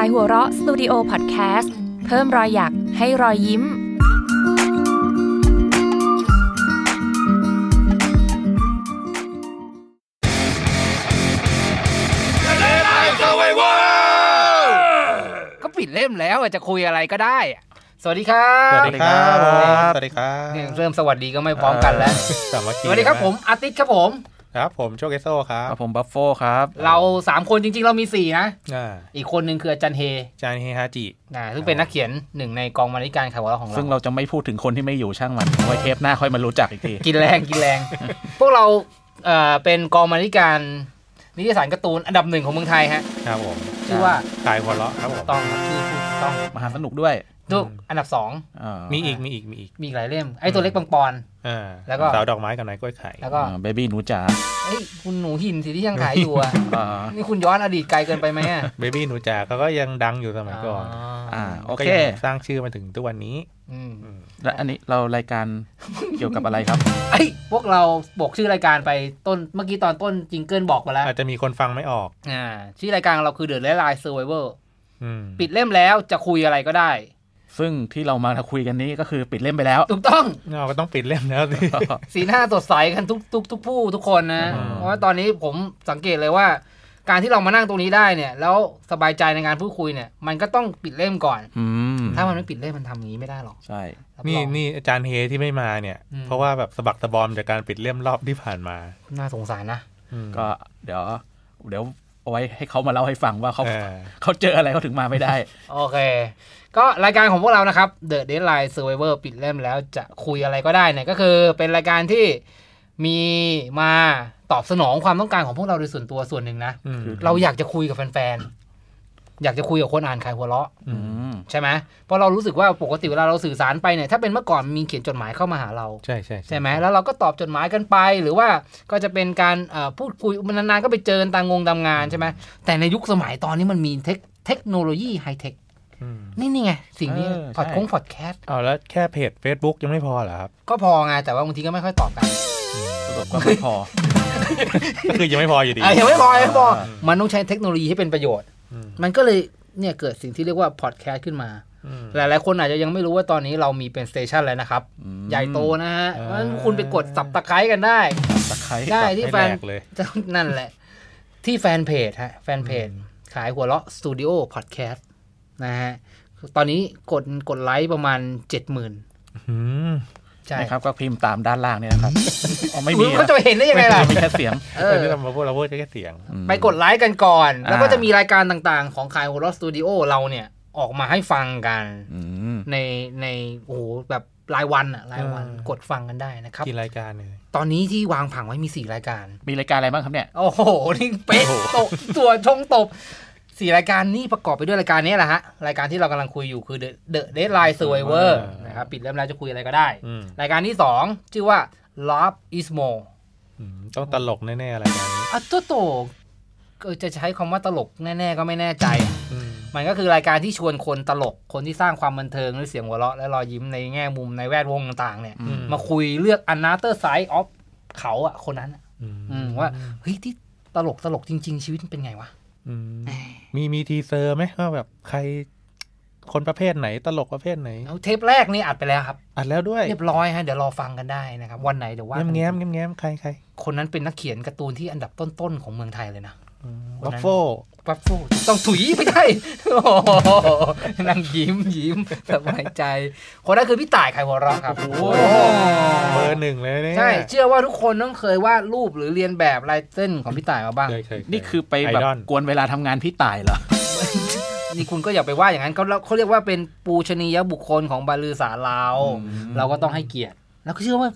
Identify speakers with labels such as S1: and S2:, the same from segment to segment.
S1: ายหัวเราะสตูดิโอพอดแคสต์เพิ่มรอยหยักให้รอยยิ้ม
S2: ก็ปิดเล่มแล้วอะจะคุยอะไรก็ได้อะสวัสดีครั
S3: ส
S2: บ
S3: วัสดีครับ
S4: สวัสดีครับ
S3: สวัสดีครับ
S2: เนี่ยเริ่มสวัสดีก็ไม่พร้อมกันแล้ว
S3: สามัคคี
S2: สวัสดีครับผมอาทิตย์ครับผม
S3: ครับผมโชคเอสโซครั
S4: ค
S3: บ
S4: รับผมบัฟโฟครับ
S2: เราสามคนจริงๆ เรามีสี่นะ
S3: อ่า
S2: อีกคนหนึ่งคืออาจารย์เฮ
S3: จานเฮฮาจิ
S2: นะซึ่งเป็นนักเขียนหนึ่งในกองบรรณาธิการข่าวเราของเรา
S4: ซึ่งเราจะไม่พูดถึงคนที่ไม่อยู่ช่างมันเอาไว้เทปหน้าค่อยมารู้จักอี กที
S2: กินแรงกิน แรง พวกเราเอ่อเป็นกองบรรณาธิการนิตยสารการ์ตูนอันดับหนึ่งของเมืองไทยฮะ
S3: ครับผม
S2: ชื่อว่า
S3: ขายหัวเราะครับผม
S2: ต้องครับชื่อถูกต้อง
S4: มหาสนุกด้วย
S2: ดูอันดับสอง
S4: เอ่อ
S3: มีอีกมีอีกมีอีก
S2: มีอีกหลายเล่มไอ้ตัวเล็กปังปอน
S3: อ่า
S2: แล้วก็
S3: สาวดอกไม้กับนายกล้วยไข่
S2: แล้ว
S4: เ
S2: ก็
S4: บบี้หนูจ๋า
S2: เอ้ยคุณหนูหินสิที่ยังขายอยู่ อะ
S4: เอ่อ
S2: นี่คุณย้อนอดีตไกลเกินไปไหมอะ
S3: เบบี้หนูจ๋าเขาก็ยังดังอยู่สมัยก่อน
S4: อ่าโอ
S3: ก็
S4: เค
S3: ยังสร้างชื่อมาถึงทุกวันนี้
S2: อืม
S4: และอันนี้เรารายการเกี่ยวกับอะไรครับ
S2: เอ้ยพวกเราบอกชื่อรายการไปต้นเมื่อกี้ตอนต้นจิงเกิลบอกไปแล้ว
S3: อาจจะมีคนฟังไม่ออก
S2: อ่าชื่อรายการของเราคือเด e อ a ไล l ์ Survivor
S3: อืม
S2: ปิดเล่มแล้วจะคุยอะไรก็ได้
S4: ซึ่งที่เรามาคุยกันนี้ก็คือปิดเล่มไปแล้ว
S2: ถูกต้อง
S3: เราก็ต้องปิดเล่มแล้วสิ
S2: สีหน้าสดใสกันทุกทุกทุกผู้ทุกคนนะ
S3: อืม
S2: เพราะว่าตอนนี้ผมสังเกตเลยว่า การที่เรามานั่งตรงนี้ได้เนี่ย แล้วสบายใจในการพูดคุยเนี่ย มันก็ต้องปิดเล่มก่อน
S4: อืม
S2: ถ้ามันไม่ปิดเล่มมันทำอย่างนี้ไม่ได้หรอก
S4: ใช่
S2: รับ
S3: นี่
S2: รอง
S3: นี่อาจารย์เฮที่ไม่มาเนี่ย
S2: อืม
S3: เพราะว่าแบบสะบักสะบอมจากการปิดเล่มรอบที่ผ่านมา
S2: น่าสงสารนะ
S3: อืม
S4: ก็เดี๋ยว เดี๋ยวเอาไว้ให้เขามาเล่าให้ฟังว่าเขา
S3: เออ
S4: เขาเจออะไรเขาถึงมาไม่ได้
S2: โอเค ก็รายการของพวกเรานะครับ The Deadline Survivor ปิดเล่มแล้วจะคุยอะไรก็ได้เนี่ยก็คือเป็นรายการที่มีมาตอบสนองความต้องการของพวกเราโดยส่วนตัวส่วนหนึ่งนะ
S3: อืม
S2: เราอยากจะคุยกับแฟนๆ อยากจะคุยกับคน อ่านขายหัวเราะ
S4: อืม
S2: ใช่ไหมเพราะเรารู้สึกว่าปกติเวลาเราสื่อสารไปเนี่ยถ้าเป็นเมื่อก่อนมีเขียนจดหมายเข้ามาหาเรา
S3: ใช่ใช่
S2: ใช่ไหมแล้วเราก็ตอบจดหมายกันไป หรือว่าก็จะเป็นการเอ่อพูดคุยมันนานๆก็ไปเจอกันตามงงตามงานใช่ไหมแต่ในยุคสมัยตอนนี้มันมีเทคเทคโนโลยีไฮเทค
S3: อืม
S2: นี่นี่ไง สิ่งนี้
S3: เออ
S2: พอด
S3: ใช่
S2: คงพอดแคสต์
S3: เอาแล้วแค่เพจ Facebook ยังไม่พอเหรอครับ
S2: ก็พอไงแต่ว่าบางทีก็ไม่ค่อยตอบกัน
S4: สรุปก็ไม่พอ
S3: ก็คือยังไม่พออยู่ดี
S2: อ่ะยังไม่พอยังไม่พอ
S4: เออ
S2: มันต้องใช้เทคโนโลยีให้เป็นประโยชน์
S3: อืม
S2: มันก็เลยเนี่ยเกิดสิ่งที่เรียกว่าพอดแคสต์ขึ้นมา
S3: อืม
S2: หลายๆ คนอาจจะยังไม่รู้ว่าตอนนี้เรามีเป็นสเตชันแล้วนะครับ
S4: อืม
S2: ใหญ่โตนะฮะ
S3: เออ
S2: เพราะฉะนั้นคุณไปกดสับตะไคร้กันได้
S4: ตะไคร้
S2: ได้
S3: ไม่
S2: ที่แฟ
S3: แปล
S2: น
S3: กเลย
S2: นั่นแหละ ที่แฟนเพจฮะแฟนเพจ ขายหัวเราะสตูดิโอพอดแคสต์นะฮะตอนนี้กดกดไลค์ประมาณเจ็ดหมื่น
S3: อืม
S2: ใช่
S4: นะครับก็พิมพ์ตามด้านล่างเนี่ย นะครับอ๋อไม่มี
S2: มึงเขาจะไปเห็นได้ยังไงล่ะ
S4: มีแค่เสียง
S2: เอ
S3: เออ
S2: อ
S3: ที่เรามาพูดเราพูดแค่เสียง
S2: ไปกดไลค์กันก่อน
S4: อ่า
S2: แล้วก็จะมีรายการต่างๆ ของคายโฮลสตูดิโอเราเนี่ย ออกมาให้ฟังกัน
S4: อืม
S2: ในในโอ้โหแบบรายวันอะรายวัน
S3: เออ
S2: กดฟังกันได้นะครับ
S3: กี่รายการเลย
S2: ตอนนี้ที่วางผังไว้มี 4 รายการ
S4: มีรายการอะไรบ้างครับเนี่ย
S2: โอ้โห นี่เป๊ะ
S3: โอ้โห
S2: ตบ ตัวชงตบสี่รายการนี่ประกอบไปด้วยรายการนี้แหละฮะ รายการที่เรากำลังคุยอยู่คือ The Deadline Survivor นะครับปิดเริ่มแล้วจะคุยอะไรก็ได้
S3: อืม
S2: รายการที่ 2 ชื่อว่า Love is more
S3: อืมต้องตลกแน่ๆอะไรอย่างนี้
S2: อ่ะตัวโตเออจะใช้คำว่าตลกแน่ๆก็ไม่แน่ใจ
S3: อืม
S2: มันก็คือรายการที่ชวนคนตลก คนที่สร้างความบันเทิงด้วยเสียงหัวเราะและรอยยิ้มในแง่มุมในแวดวงต่างๆเนี่ย
S4: อื
S3: อื
S2: มาคุยเลือก another side of เขาอะคนนั้นอะ
S3: อืม
S2: อืมว่าเฮ้ยที่ตลกตลกจริง ๆ ชีวิตมันเป็นไงวะ
S3: อืมมีมีทีเซอร์ไหมว่าแบบใคร คนประเภทไหนตลกประเภทไหน
S2: เอาเทปแรกนี่อัดไปแล้วครับ
S3: อัดแล้วด้วย
S2: เรียบร้อยฮะเดี๋ยวรอฟังกันได้นะครับ วันไหนเดี๋ยวว่า
S3: แง้มแง้มแง้มแง้มใครใคร
S2: คนนั้นเป็นนักเขียนการ์ตูนที่อันดับต้นๆของเมืองไทยเลยนะ
S3: วัฟเฟ
S2: ปั๊บฟูต้องถุยไม่ ได้โอ้โหนั่งยิ้มยิ้มสบายใจ คนนั้นคือพี่ต่ายไขหัวเราะครับ โอ้โห
S3: เบอร์หนึ่งเลยเนี่ย
S2: ใช่ เชื่อว่าทุกคนต้องเคยวาดรูปหรือเรียนแบบลายเส้นของพี่ต่ายมาบ้าง
S3: เคยเคยเย
S4: นี่คือไปแบบ
S3: Idol
S4: กวนเวลาทำงานพี่ตายเหรอ
S2: นี่คุณก็อย่าไปว่าอย่างนั้นเขาเขาเรียกว่าเป็นปูชนียบุคคลของบาลือสาเรา
S4: อืม
S2: เราก็ต้องให้เกียรติ แล้วก็เชื่อว่า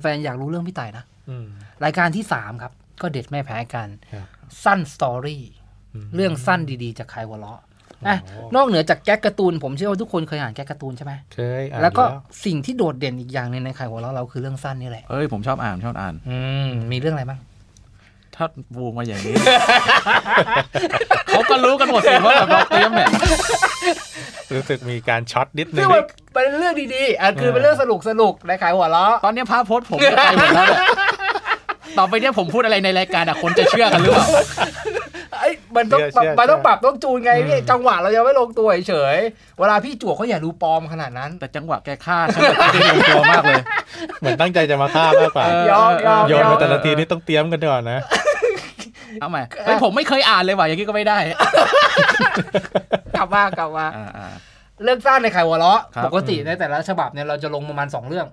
S2: แฟนๆอยากรู้เรื่องพี่ต่ายนะ
S3: อืม
S2: รายการที่ 3 ครับ ก็เด็ดไม่แพ้กัน
S3: ครับ
S2: สั้นสตอรี่
S3: ม
S2: เรื่องสั้นดีๆจากใครวะเลาะนะ
S3: โอ้
S2: นอกเหนือจากแก๊กการ์ตูน ผมเชื่อว่าทุกคนเคยอ่านแก๊กการ์ตูนใช่ไหม
S3: เคยอ่าน
S2: แล้วก็สิ่งที่โดดเด่นอีกอย่างหนึงในใครวะเลาะเราคือเรื่องสั้นนี่แหละ
S4: เอ้ยผมชอบอ่านชอบอ่าน
S2: อืมมีเรื่องอะไรบ้าง
S4: ถ้าบูมมาอย่างนี้ เขาก็รู้กันหมดสิว่าแบบเราเตรียมเนี่ย
S3: รู้สึกมีการช็อตนิดนึ
S2: ซึ่ง
S3: ง
S2: มันเป็นเรื่องดีๆอันคือเป็นเรื่องสนุกสนุกๆในขายหัวเราะ
S4: ตอนเนี้ยภาพโพสต์ผมก็ไปหมดแล้วเนี่ยต่อไปเนี่ยผมพูดอะไรในรายการอะคนจะเชื่อกันหรือเปล่า
S2: ไอ้ย มันต้อง
S3: เชื่อเชื่อ
S2: มันต้อง
S3: เชื่อ
S2: ปรับต้องจูนไงพี่
S3: อืม
S2: จังหวะเรายังไม่ลงตัวเฉยๆเวลาพี่จั่วเขาอย่าดูปลอมขนาด นั้น
S4: แต่จังหวะแกฆ่าฉันแบบที่ลงตัวมากเลย
S3: เหมือนตั้งใจจะมาฆ่ามากกว่า
S4: เ
S2: ยอมยอม
S3: โยนมาแต่ละทีนี่ต้องเตรียมกันก่อนนะ
S4: เอาใหม่เฮ้ยผมไม่เคยอ่านเลยว่ะอย่างนี้ก็ไม่ได้
S2: กลับมากลับมา
S4: อ่าอ่า
S2: เรื่องสั้นในไข่หัวเราะ
S4: ครับ
S2: ปกติในแต่ละฉบับเนี่ยเราจะลงประมาณสองเรื่อง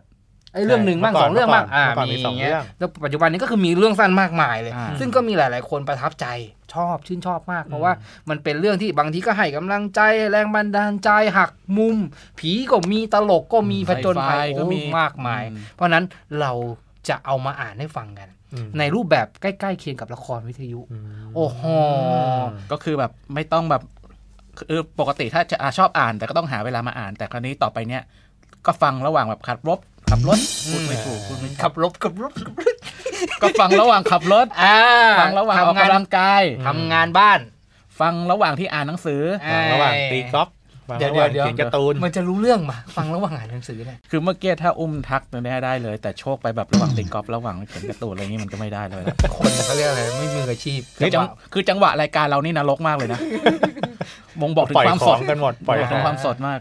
S2: ไอ้เรื่อง
S3: ใช่
S2: หนึ่งบ้าง
S3: เมื่อ
S2: ส
S3: ก่อน
S2: องเรื่องบ้าง
S3: เมื่อก่อน
S2: อ่า
S3: เมื่อก่อน
S2: มี
S3: มี
S2: อ
S3: สอย่าง
S2: งเงี้ย
S3: เรื่อง
S2: แล้วปัจจุบันนี้ก็คือมีเรื่องสั้นมากมายเลย
S4: อ่า
S2: ซึ่งก็มีหลาย ๆ คนประทับใจชอบชื่นชอบมาก เพราะว่ามันเป็นเรื่องที่บางทีก็ให้กำลังใจแรงบันดาลใจหักมุม ผีก็มีตลกก็มีผจญภัย
S4: ไฟก็
S2: ก็
S4: มี
S2: มีมากมาย
S4: อืม
S2: เพราะฉะนั้นเราจะเอามาอ่านให้ฟังกัน
S3: อืม
S2: ในรูปแบบใกล้ๆเคียงกับละครวิทยุ
S3: อืม
S2: โอ้โห
S4: ก็คือแบบไม่ต้องแบบคือปกติถ้าจะอ่ะชอบอ่านแต่ก็ต้องหาเวลามาอ่าน แต่คราวนี้ต่อไปเนี้ยก็ฟังระหว่างแบบขับรถขับรถพูดไม่ถูกพูดไม่ถูก
S2: ขับรบกับรบ
S4: ก็ฟังระหว่างขับรถ
S2: อ่า
S4: ฟังระหว่างออก
S2: ทำงาน
S4: กำลังกาย
S2: ทำงานบ้าน
S4: ฟังระหว่างที่อ่านหนังสือ
S3: วางระหว่างตีกอล์ฟวางระหว่าง
S2: เดี๋ยว
S3: เขียนการ์ตูน
S2: มันจะรู้เรื่องมาฟังระหว่างอ่านหนังสือเนี่ย
S4: คือเมื่อกี้ถ้าอุ้มทักตัวเนี้ยได้เลย แต่โชคไปแบบระหว่างตีกอล์ฟระหว่างเขียนการ์ตูนอะไรอย่างนี้มันก็ไม่ได้เลยนะ
S2: คนเขาเรียกอะไรไม่มืออาชีพ
S4: คือจัง
S2: จังหวะ
S4: คือจังหวะรายการเรานี่นรกมากเลยนะบ่งบอกถึง
S3: ปล่อย
S4: ความ
S3: ข
S4: ส
S3: อ
S4: ด
S3: งกันหมดป
S4: บ่
S3: ล่
S4: ง
S3: อย
S4: บอกถึงความสดมาก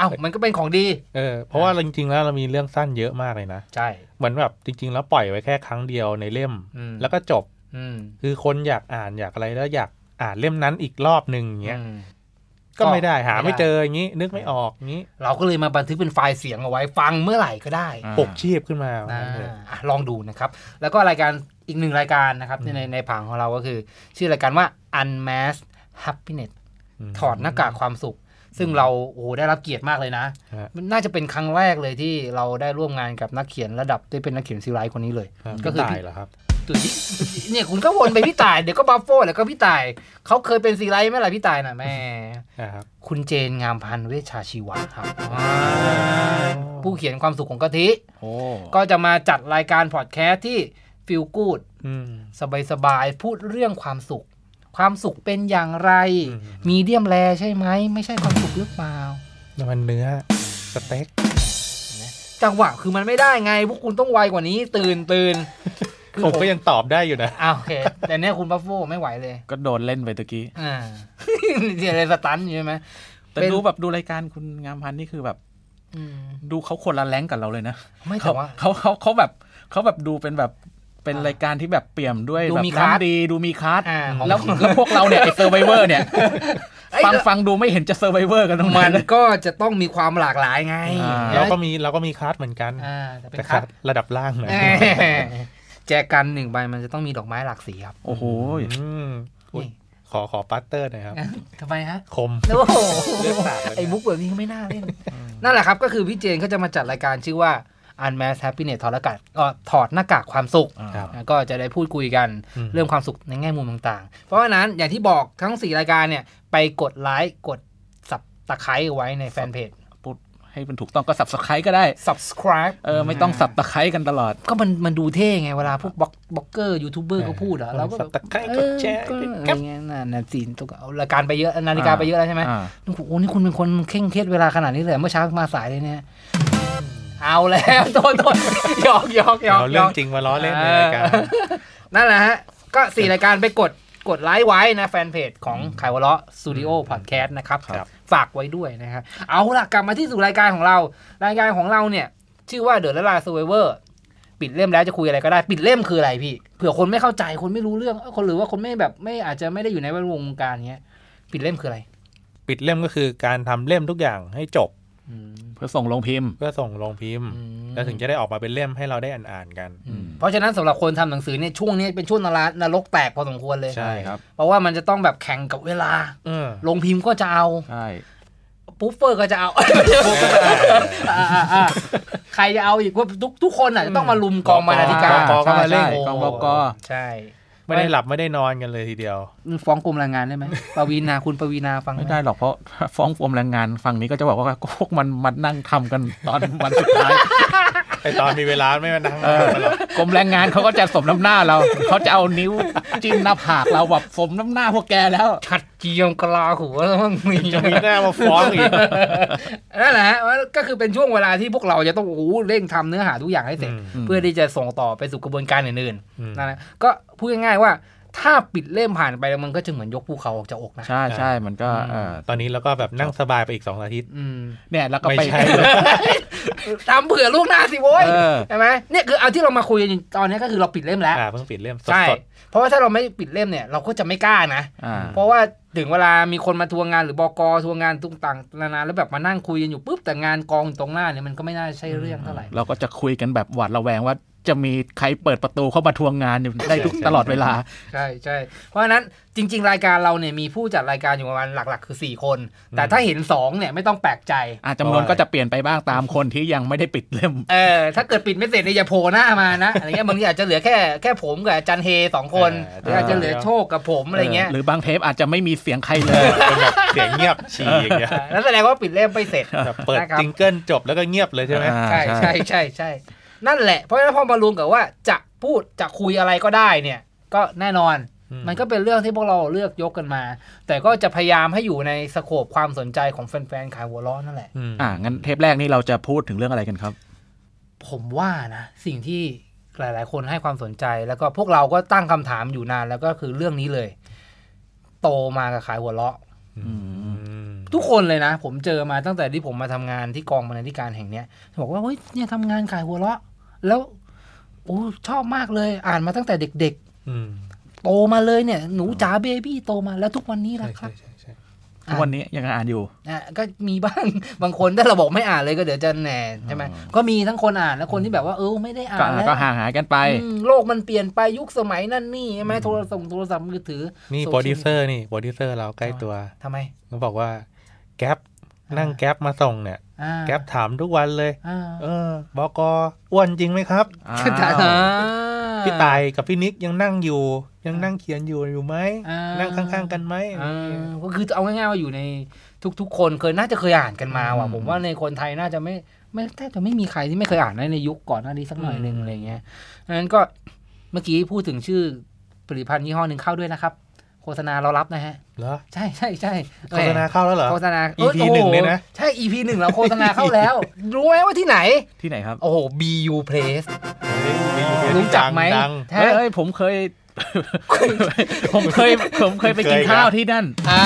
S2: อ้าวมันก็เป็นของดี
S3: เออเพราะว่าจริงๆแล้วเรามีเรื่องสั้นเยอะมากเลยนะ
S2: ใช่
S3: เหมือนแบบจริง ๆ แล้วปล่อยไว้แค่ครั้งเดียวในเล่ม
S2: อืม
S3: แล้วก็จบ
S2: อืม
S3: คือคนอยากอ่านอยากอะไรแล้วอยากอ่านเล่มนั้นอีกรอบหนึ่งอย่างเงี้ย
S2: อืม
S3: ก็ไม่ได้หา
S2: ไม่
S3: ไม่
S2: ได้
S3: เจออย่างงี้ นึกไม่ออกอย่างงี้
S2: เราก็เลยมาบันทึกเป็นไฟล์เสียงเอาไว้ฟังเมื่อไหร่ก็ได้
S4: อ่า
S3: ปลุกชีพขึ้นมาว่างั้นเถอะ
S2: อ่าอ่ะลองดูนะครับ แล้วก็รายการอีกหนึ่งรายการนะครับที่ในในผังของเราก็คือ ชื่อรายการว่า Unmask Happiness
S3: อืม
S2: ถอดหน้ากากความสุข ซึ่งเราโอ้โหได้รับเกียรติมากเลยนะ
S3: ฮะ
S2: มันน่าจะเป็นครั้งแรกเลยที่เราได้ร่วมงานกับนักเขียนระดับที่เป็นนักเขียนซีไรส์คนนี้เลย
S3: ครับ
S2: ก็คือ
S3: ตาย
S2: พี่
S3: เหรอครับ
S2: ตุ๋ยเนี่ยคุณก็วนไปพี่ต่ายเดี๋ยวก็บัฟโฟแล้วก็พี่ต่ายเขาเคยเป็นซีไรส์ไหมล่ะพี่ต่ายน่ะแม่
S3: นะครับ
S2: คุณเจนงามพันธ์เวชชาชีวะครับผู้เขียนความสุขของกะทิ
S4: โอ้
S2: ก็จะมาจัดรายการพอดแคสต์ที่ฟิลกูด
S3: อืม
S2: สบายสบายๆพูดเรื่องความสุข ความสุขเป็นอย่างไร
S3: อืม
S2: มีเดียมแรใช่ไหม ไม่ใช่ความสุขหรือเปล่า
S3: น้ำมันเนื้อสเต็ก
S2: จังหวะคือมันไม่ได้ไง พวกคุณต้องไวกว่านี้ ตื่นตื่นคือ
S3: ผมก็ยังตอบได้อยู่นะ
S2: อ้าวโอเค แต่เนี่ยคุณบัฟโฟไม่ไหวเลย
S4: ก็โดนเล่นไปตะกี้
S2: อ่า เสียอะไรสตันอยู่ใช่ไหม
S4: แต่
S2: เป็น
S4: ดูแบบดูรายการคุณงามพันธุ์นี่คือแบบ
S2: อืม
S4: ดูเขาคนละแรงกับเราเลยนะ
S2: ไม่
S4: เขา
S2: แต่ว่า
S4: เขาเขาเขาแบบเขาแบบดูเป็นแบบเป็น
S2: อ่าร
S4: รายการที่แบบเปี่ยมด้วย
S2: ดู
S4: แบบ
S2: มีคลาส
S4: น้ำดีดูมีคลาส
S2: อ่าของ
S4: แล้วแล้วพวกเราเนี่ยไอเซอร์ไวเวอร์เนี่ย
S2: เอ้ย
S4: ฟังฟังดูไม่เห็นจะเซอร์ไวเวอร์กันตรง
S2: มั
S4: นั้น น
S2: ก็จะต้องมีความหลากหลายไง
S4: อ่า
S3: เราก็มีเราก็มีคลาสเหมือนกัน
S2: อ่าแต่เป็น
S3: แต่ค
S2: คั
S3: ลา
S2: ด
S3: สระดับล่างหน่อย
S2: แจกันหนึ่งใบมันจะต้องมีดอกไม้หลากสีครับ
S4: โอ้โห
S3: อืมอุ๊ย
S2: นี่
S3: ขอขอปัตเตอร์หน่อยครับ
S2: ทำไมฮะ
S3: คม
S2: โอ้โห
S3: เลือกสาดเลยนะ
S2: ไอ้มุกแบบนี้ก็ไม่น่าเล่น นั่นแหละครับ ก็คือพี่เจนก็จะมาจัดรายการชื่อว่า Unmask Happiness ถอดหน้ากากก็ถอดหน้ากากความสุข
S4: อ่า
S3: ครับ
S2: นะก็จะได้พูดคุยกัน
S3: อืม
S2: เรื่องความสุขในแง่มุมต่างๆ เพราะฉะนั้นอย่างที่บอกทั้ง 4 รายการเนี่ย ไปกดไลค์กดสับตะไคร้ไว้ในแฟนเพจ
S4: พูดให้มันถูกต้องก็สับสไครก็ได้
S2: subscribe
S4: เออไม่ต้องสับตะไคร้กันตลอด
S2: ก็มันมันดูเท่ไงเวลาพวกบล็อกบล็อกเกอร์ยูทูบเบอร์
S3: เออ
S2: เขาพูดอะเราก็
S3: สับตะไคร้กดแชร์
S2: เออ
S3: ค
S2: ก็
S3: รั
S2: อะ
S3: บ
S2: ไรเงี้ยน่ะนะจีนตัวก็เอารายการไปเยอะนาฬิกาไปเยอะแล้วใช่ไหม
S4: อ่า
S2: โอ้โหนี่คุณเป็นคนเคร่งเครียดเวลาขนาดนี้เลยเหรอเมื่อเช้ามาสายเลยเนี่ย เอาแล้ว โทษโทษหยอกหยอกหยอก
S3: เอา
S2: หย
S3: เรื่อง
S2: อก
S3: จริงมาล้อเล่นในรายการ
S2: นั่นแหละฮะ ก็สี่รายการไปกดกดไลค์ไว้นะ แฟนเพจของขายวะเลาะสตูดิโอพอดแคสต์นะครับ
S3: ครับ
S2: ฝากไว้ด้วยนะครับ เอาล่ะ กลับมาที่สู่รายการของเรา รายการของเราเนี่ย ชื่อว่าเด e l ละลาซูเวเวอร์ปิดเล่มแล้วจะคุยอะไรก็ได้ ปิดเล่มคืออะไรพี่เผื่อคนไม่เข้าใจคนไม่รู้เรื่องเอ้อคนหรือว่าคนไม่แบบไม่อาจจะไม่ได้อยู่ในแวดวงการเงี้ยปิดเล่มคืออะไร
S3: ปิดเล่มก็คือการทำเล่มทุกอย่างให้จบ
S2: อืม
S4: เพื่อส่งลงพิมพ์
S3: เพื่อส่งโรงพิมพ์
S2: อืม
S3: แล้วถึงจะได้ออกมาเป็นเล่มให้เราได้อ่านๆกัน
S4: อืม
S2: เพราะฉะนั้นสำหรับคนทำหนังสือเนี่ยช่วงนี้เป็นช่วงนรานรกแตกพอสมควรเลย
S3: ใช่ครับ
S2: เพราะว่ามันจะต้องแบบแข่งกับเวลา
S3: เออ
S2: ลงพิมพ์ก็จะเอา
S4: ใช่
S2: ปุ๊ฟเฟอร์ก็จะเอา อ่าอ่าอ่าใครจะเอาอีกว่าทุกทุกคนอ่ะจะต้องมาลุมกองบรรณาธิการ
S3: กก็มาเล่น
S4: ใช่กองบก
S2: ใช่
S3: ไม่ได้หลับไม่ได้นอนกันเลยทีเดียว
S2: ฟ้องกรมแรงงานได้ไหมปวีนาคุณปวีนาฟังห
S4: ไม่ได้หรอกเพราะ ฟ้องกรมแรงงานฝั่งนี้ก็จะบอกว่า พวกมันมันนั่งทำกันตอนวันสุดท้าย
S3: ไอตอนมีเวลาไม่มา นั่ง
S4: เออ กรมแรงงานเขาก็จะสมน้ำหน้าเรา เขาจะเอานิ้วจิ้มหน้าผากเราแบบสมน้ำหน้าพวกแกแล้ว
S2: ชัดเจียมกลาหัวแล้วมั้งมี
S3: จะมีหน้ามาฟ้องอีก
S2: นั่นแหละฮะก็คือเป็นช่วงเวลาที่พวกเราจะต้องโอ้โหเร่งทำเนื้อหาทุกอย่างให้เสร็จ
S3: อืม
S2: เพื่อที่จะส่งต่อไปสู่กระบวนการอื่น
S3: อืม
S2: ๆนั่นแหละก็พูดง่ายๆว่า ถ้าปิดเล่มผ่านไปแล้วมันก็จะเหมือนยกภูเขาออกจากอกนะ
S4: ใช่ใช่มันก็
S2: อืม
S4: เออ
S3: ตอนนี้แล้วก็แบบนั่งสบายไปอีกสองอาทิตย์
S2: อืม
S4: เนี่ยแล้วก็
S3: ไม่
S4: ไป
S3: ใช่เลย
S2: ทำเผื่อลูกหน้าสิโว้ย
S4: เออ
S2: ใช่ไหมเนี่ยคือเอาที่เรามาคุยกันตอนนี้ก็คือเราปิดเล่มแล้ว
S3: อ่าเพิ่งปิดเล่มส
S2: ใช่
S3: ด
S2: เพราะว่าถ้าเราไม่ปิดเล่มเนี่ยเราก็จะไม่กล้านะ
S4: อ่า
S2: เพราะว่าถึงเวลามีคนมาทวงงานหรือบกทวงงานตุ้งต่างนานาแล้วแบบมานั่งคุยกันอยู่ปุ๊บแต่งานกองอยู่ตรงหน้าเนี่ยมันก็ไม่น่าใช่เรื่องเท่าไหร่
S4: เราก็จะคุยกันแบบหวาดระแวงว่าจะมีใครเปิดประตูเข้ามาทวงงานอยู่ได้ทุกตลอดเวลา
S2: ใช่ใช่เพราะฉะนั้นจริง ๆ รายการเราเนี่ยมีผู้จัดรายการอยู่ประมาณหลัก ๆ คือ 4 คน แต่ถ้าเห็น 2 เนี่ยไม่ต้องแปลกใจ
S4: อาจจำนวนก็จะเปลี่ยนไปบ้างตามคนที่ยังไม่ได้ปิดเล่ม
S2: เออถ้าเกิดปิดไม่เสร็จเนี่ยอย่าโผล่หน้ามานะอะไรเงี้ยบางทีอาจจะเหลือแค่แค่ผมกับอาจันเฮสองคนหรืออาจจะเหลือโชคกับผมอะไรเงี้ย
S4: หรือบางเทปอาจจะไม่มีเสียงใครเลย
S3: ๆเป็นแบบเสียงเงียบ ฉี่อย่างเงี้ย
S2: เออนั่นแสดงว่าปิดเล่มไม่เสร็จ
S3: แบบเปิด
S2: นะครับ
S3: จิงเกิลจบแล้วก็เงียบเลยใช่ไหม
S2: ใช่ใช่ใช่ใช่นั่นแหละเพราะฉะนั้นพอมารวมกับว่าจะพูดจะคุยอะไรก็ได้เนี่ย ก็แน่นอน
S3: อืม
S2: มันก็เป็นเรื่องที่พวกเราเลือกยกกันมา แต่ก็จะพยายามให้อยู่ในสโคปความสนใจของแฟนๆขายหัวเร้อนนั่นแหละ
S3: อืม
S4: อ่างั้นเทปแรกนี่เราจะพูดถึงเรื่องอะไรกันครับ
S2: ผมว่านะสิ่งที่หลาย ๆ คนให้ความสนใจแล้วก็พวกเราก็ตั้งคำถามอยู่นานแล้วก็คือเรื่องนี้เลย โตมากับขายหัวเราะ
S3: อืม
S2: ทุกคนเลยนะ ผมเจอมาตั้งแต่ที่ผมมาทำงานที่กองบรรณาธิการแห่งเนี้ยบอกว่าเฮ้ยเนี่ยทำงานขายหัวเราะ แล้วโอ้ชอบมากเลย อ่านมาตั้งแต่เด็ก
S3: อืม
S2: ๆ โตมาเลยเนี่ย หนูจ๋าเบบี้โตมาแล้วทุกวันนี้ละ
S3: ใช่
S2: ครับ
S3: ใช่ใช่
S4: ทุกวันนี้ยังอ่านอยู่
S2: อ่ะก็มีบ้าง บางคนถ้าเราบอกไม่อ่านเลยก็เดี๋ยวจะแหน่ใช่ไหมก็มีทั้งคนอ่านและคนที่แบบว่าเออไม่ได้อ่า
S4: ก็
S2: น
S4: อ่า
S2: แล้ว
S4: ก็ห่างหายกันไป
S2: อืมโลกมันเปลี่ยนไปยุคสมัยนั่นนี่ใช่ไหม
S3: อืม
S2: โทรศัพท์โทรศัพท์มือถือ
S3: นี่
S2: โซชียล
S3: โปรดิวเซอร์นี่โปรดิวเซอร์เราใกล้ตัว
S2: ทำไม
S3: เขาบอกว่าแก๊ปนั่งแก๊ปมาส่งเนี่ย
S2: อ่า
S3: แก๊ปถามทุกวันเลย
S2: อ่า
S3: เออบอกออ้วนจริงไหมครับ
S4: อ้า
S2: อ่
S4: ว
S3: พี่ตายกับพี่นิกยังนั่งอยู่ ยังนั่งเขียนอยู่อยู่ไหม
S2: อ่า
S3: นั่งข้างๆกันไหม
S2: อ่าก็คือเอาง่ายๆว่าอยู่ในทุกๆ คนเคยน่าจะเคยอ่านกันมาว่ะผมว่าในคนไทยน่าจะไม่ไม่แทบจะไม่มีใครที่ไม่เคยอ่านนะในยุคก่อนหน้านี้สักหน่อยหนึ่งอะไรเงี้ยดังนั้นก็เมื่อกี้พูดถึงชื่อผลิตภัณฑ์ยี่ห้อหนึ่งเข้าด้วยนะครับ โฆษณาเรารับนะฮะ
S3: เหรอ
S2: ใช่ใช่ใช่แห
S3: โฆษ
S2: ม
S3: ณาเข้าแล้วเหรอ
S2: โฆษณา
S3: EP หนึ่งเนี่ยนะ
S2: ใช่ EP หนึ่งเราโฆษณาเข้า แล้ว รู้ไหมว่าที่ไหน
S4: ที่ไหนครับ
S2: โอ้โห BU Place
S3: เฮ้ย
S2: รู้จักไหม
S3: ดัง
S2: ใช่
S4: เฮ้ยผมเคย ผมเคยผมเคยไปกินข้าวที่นั่น
S2: อ่า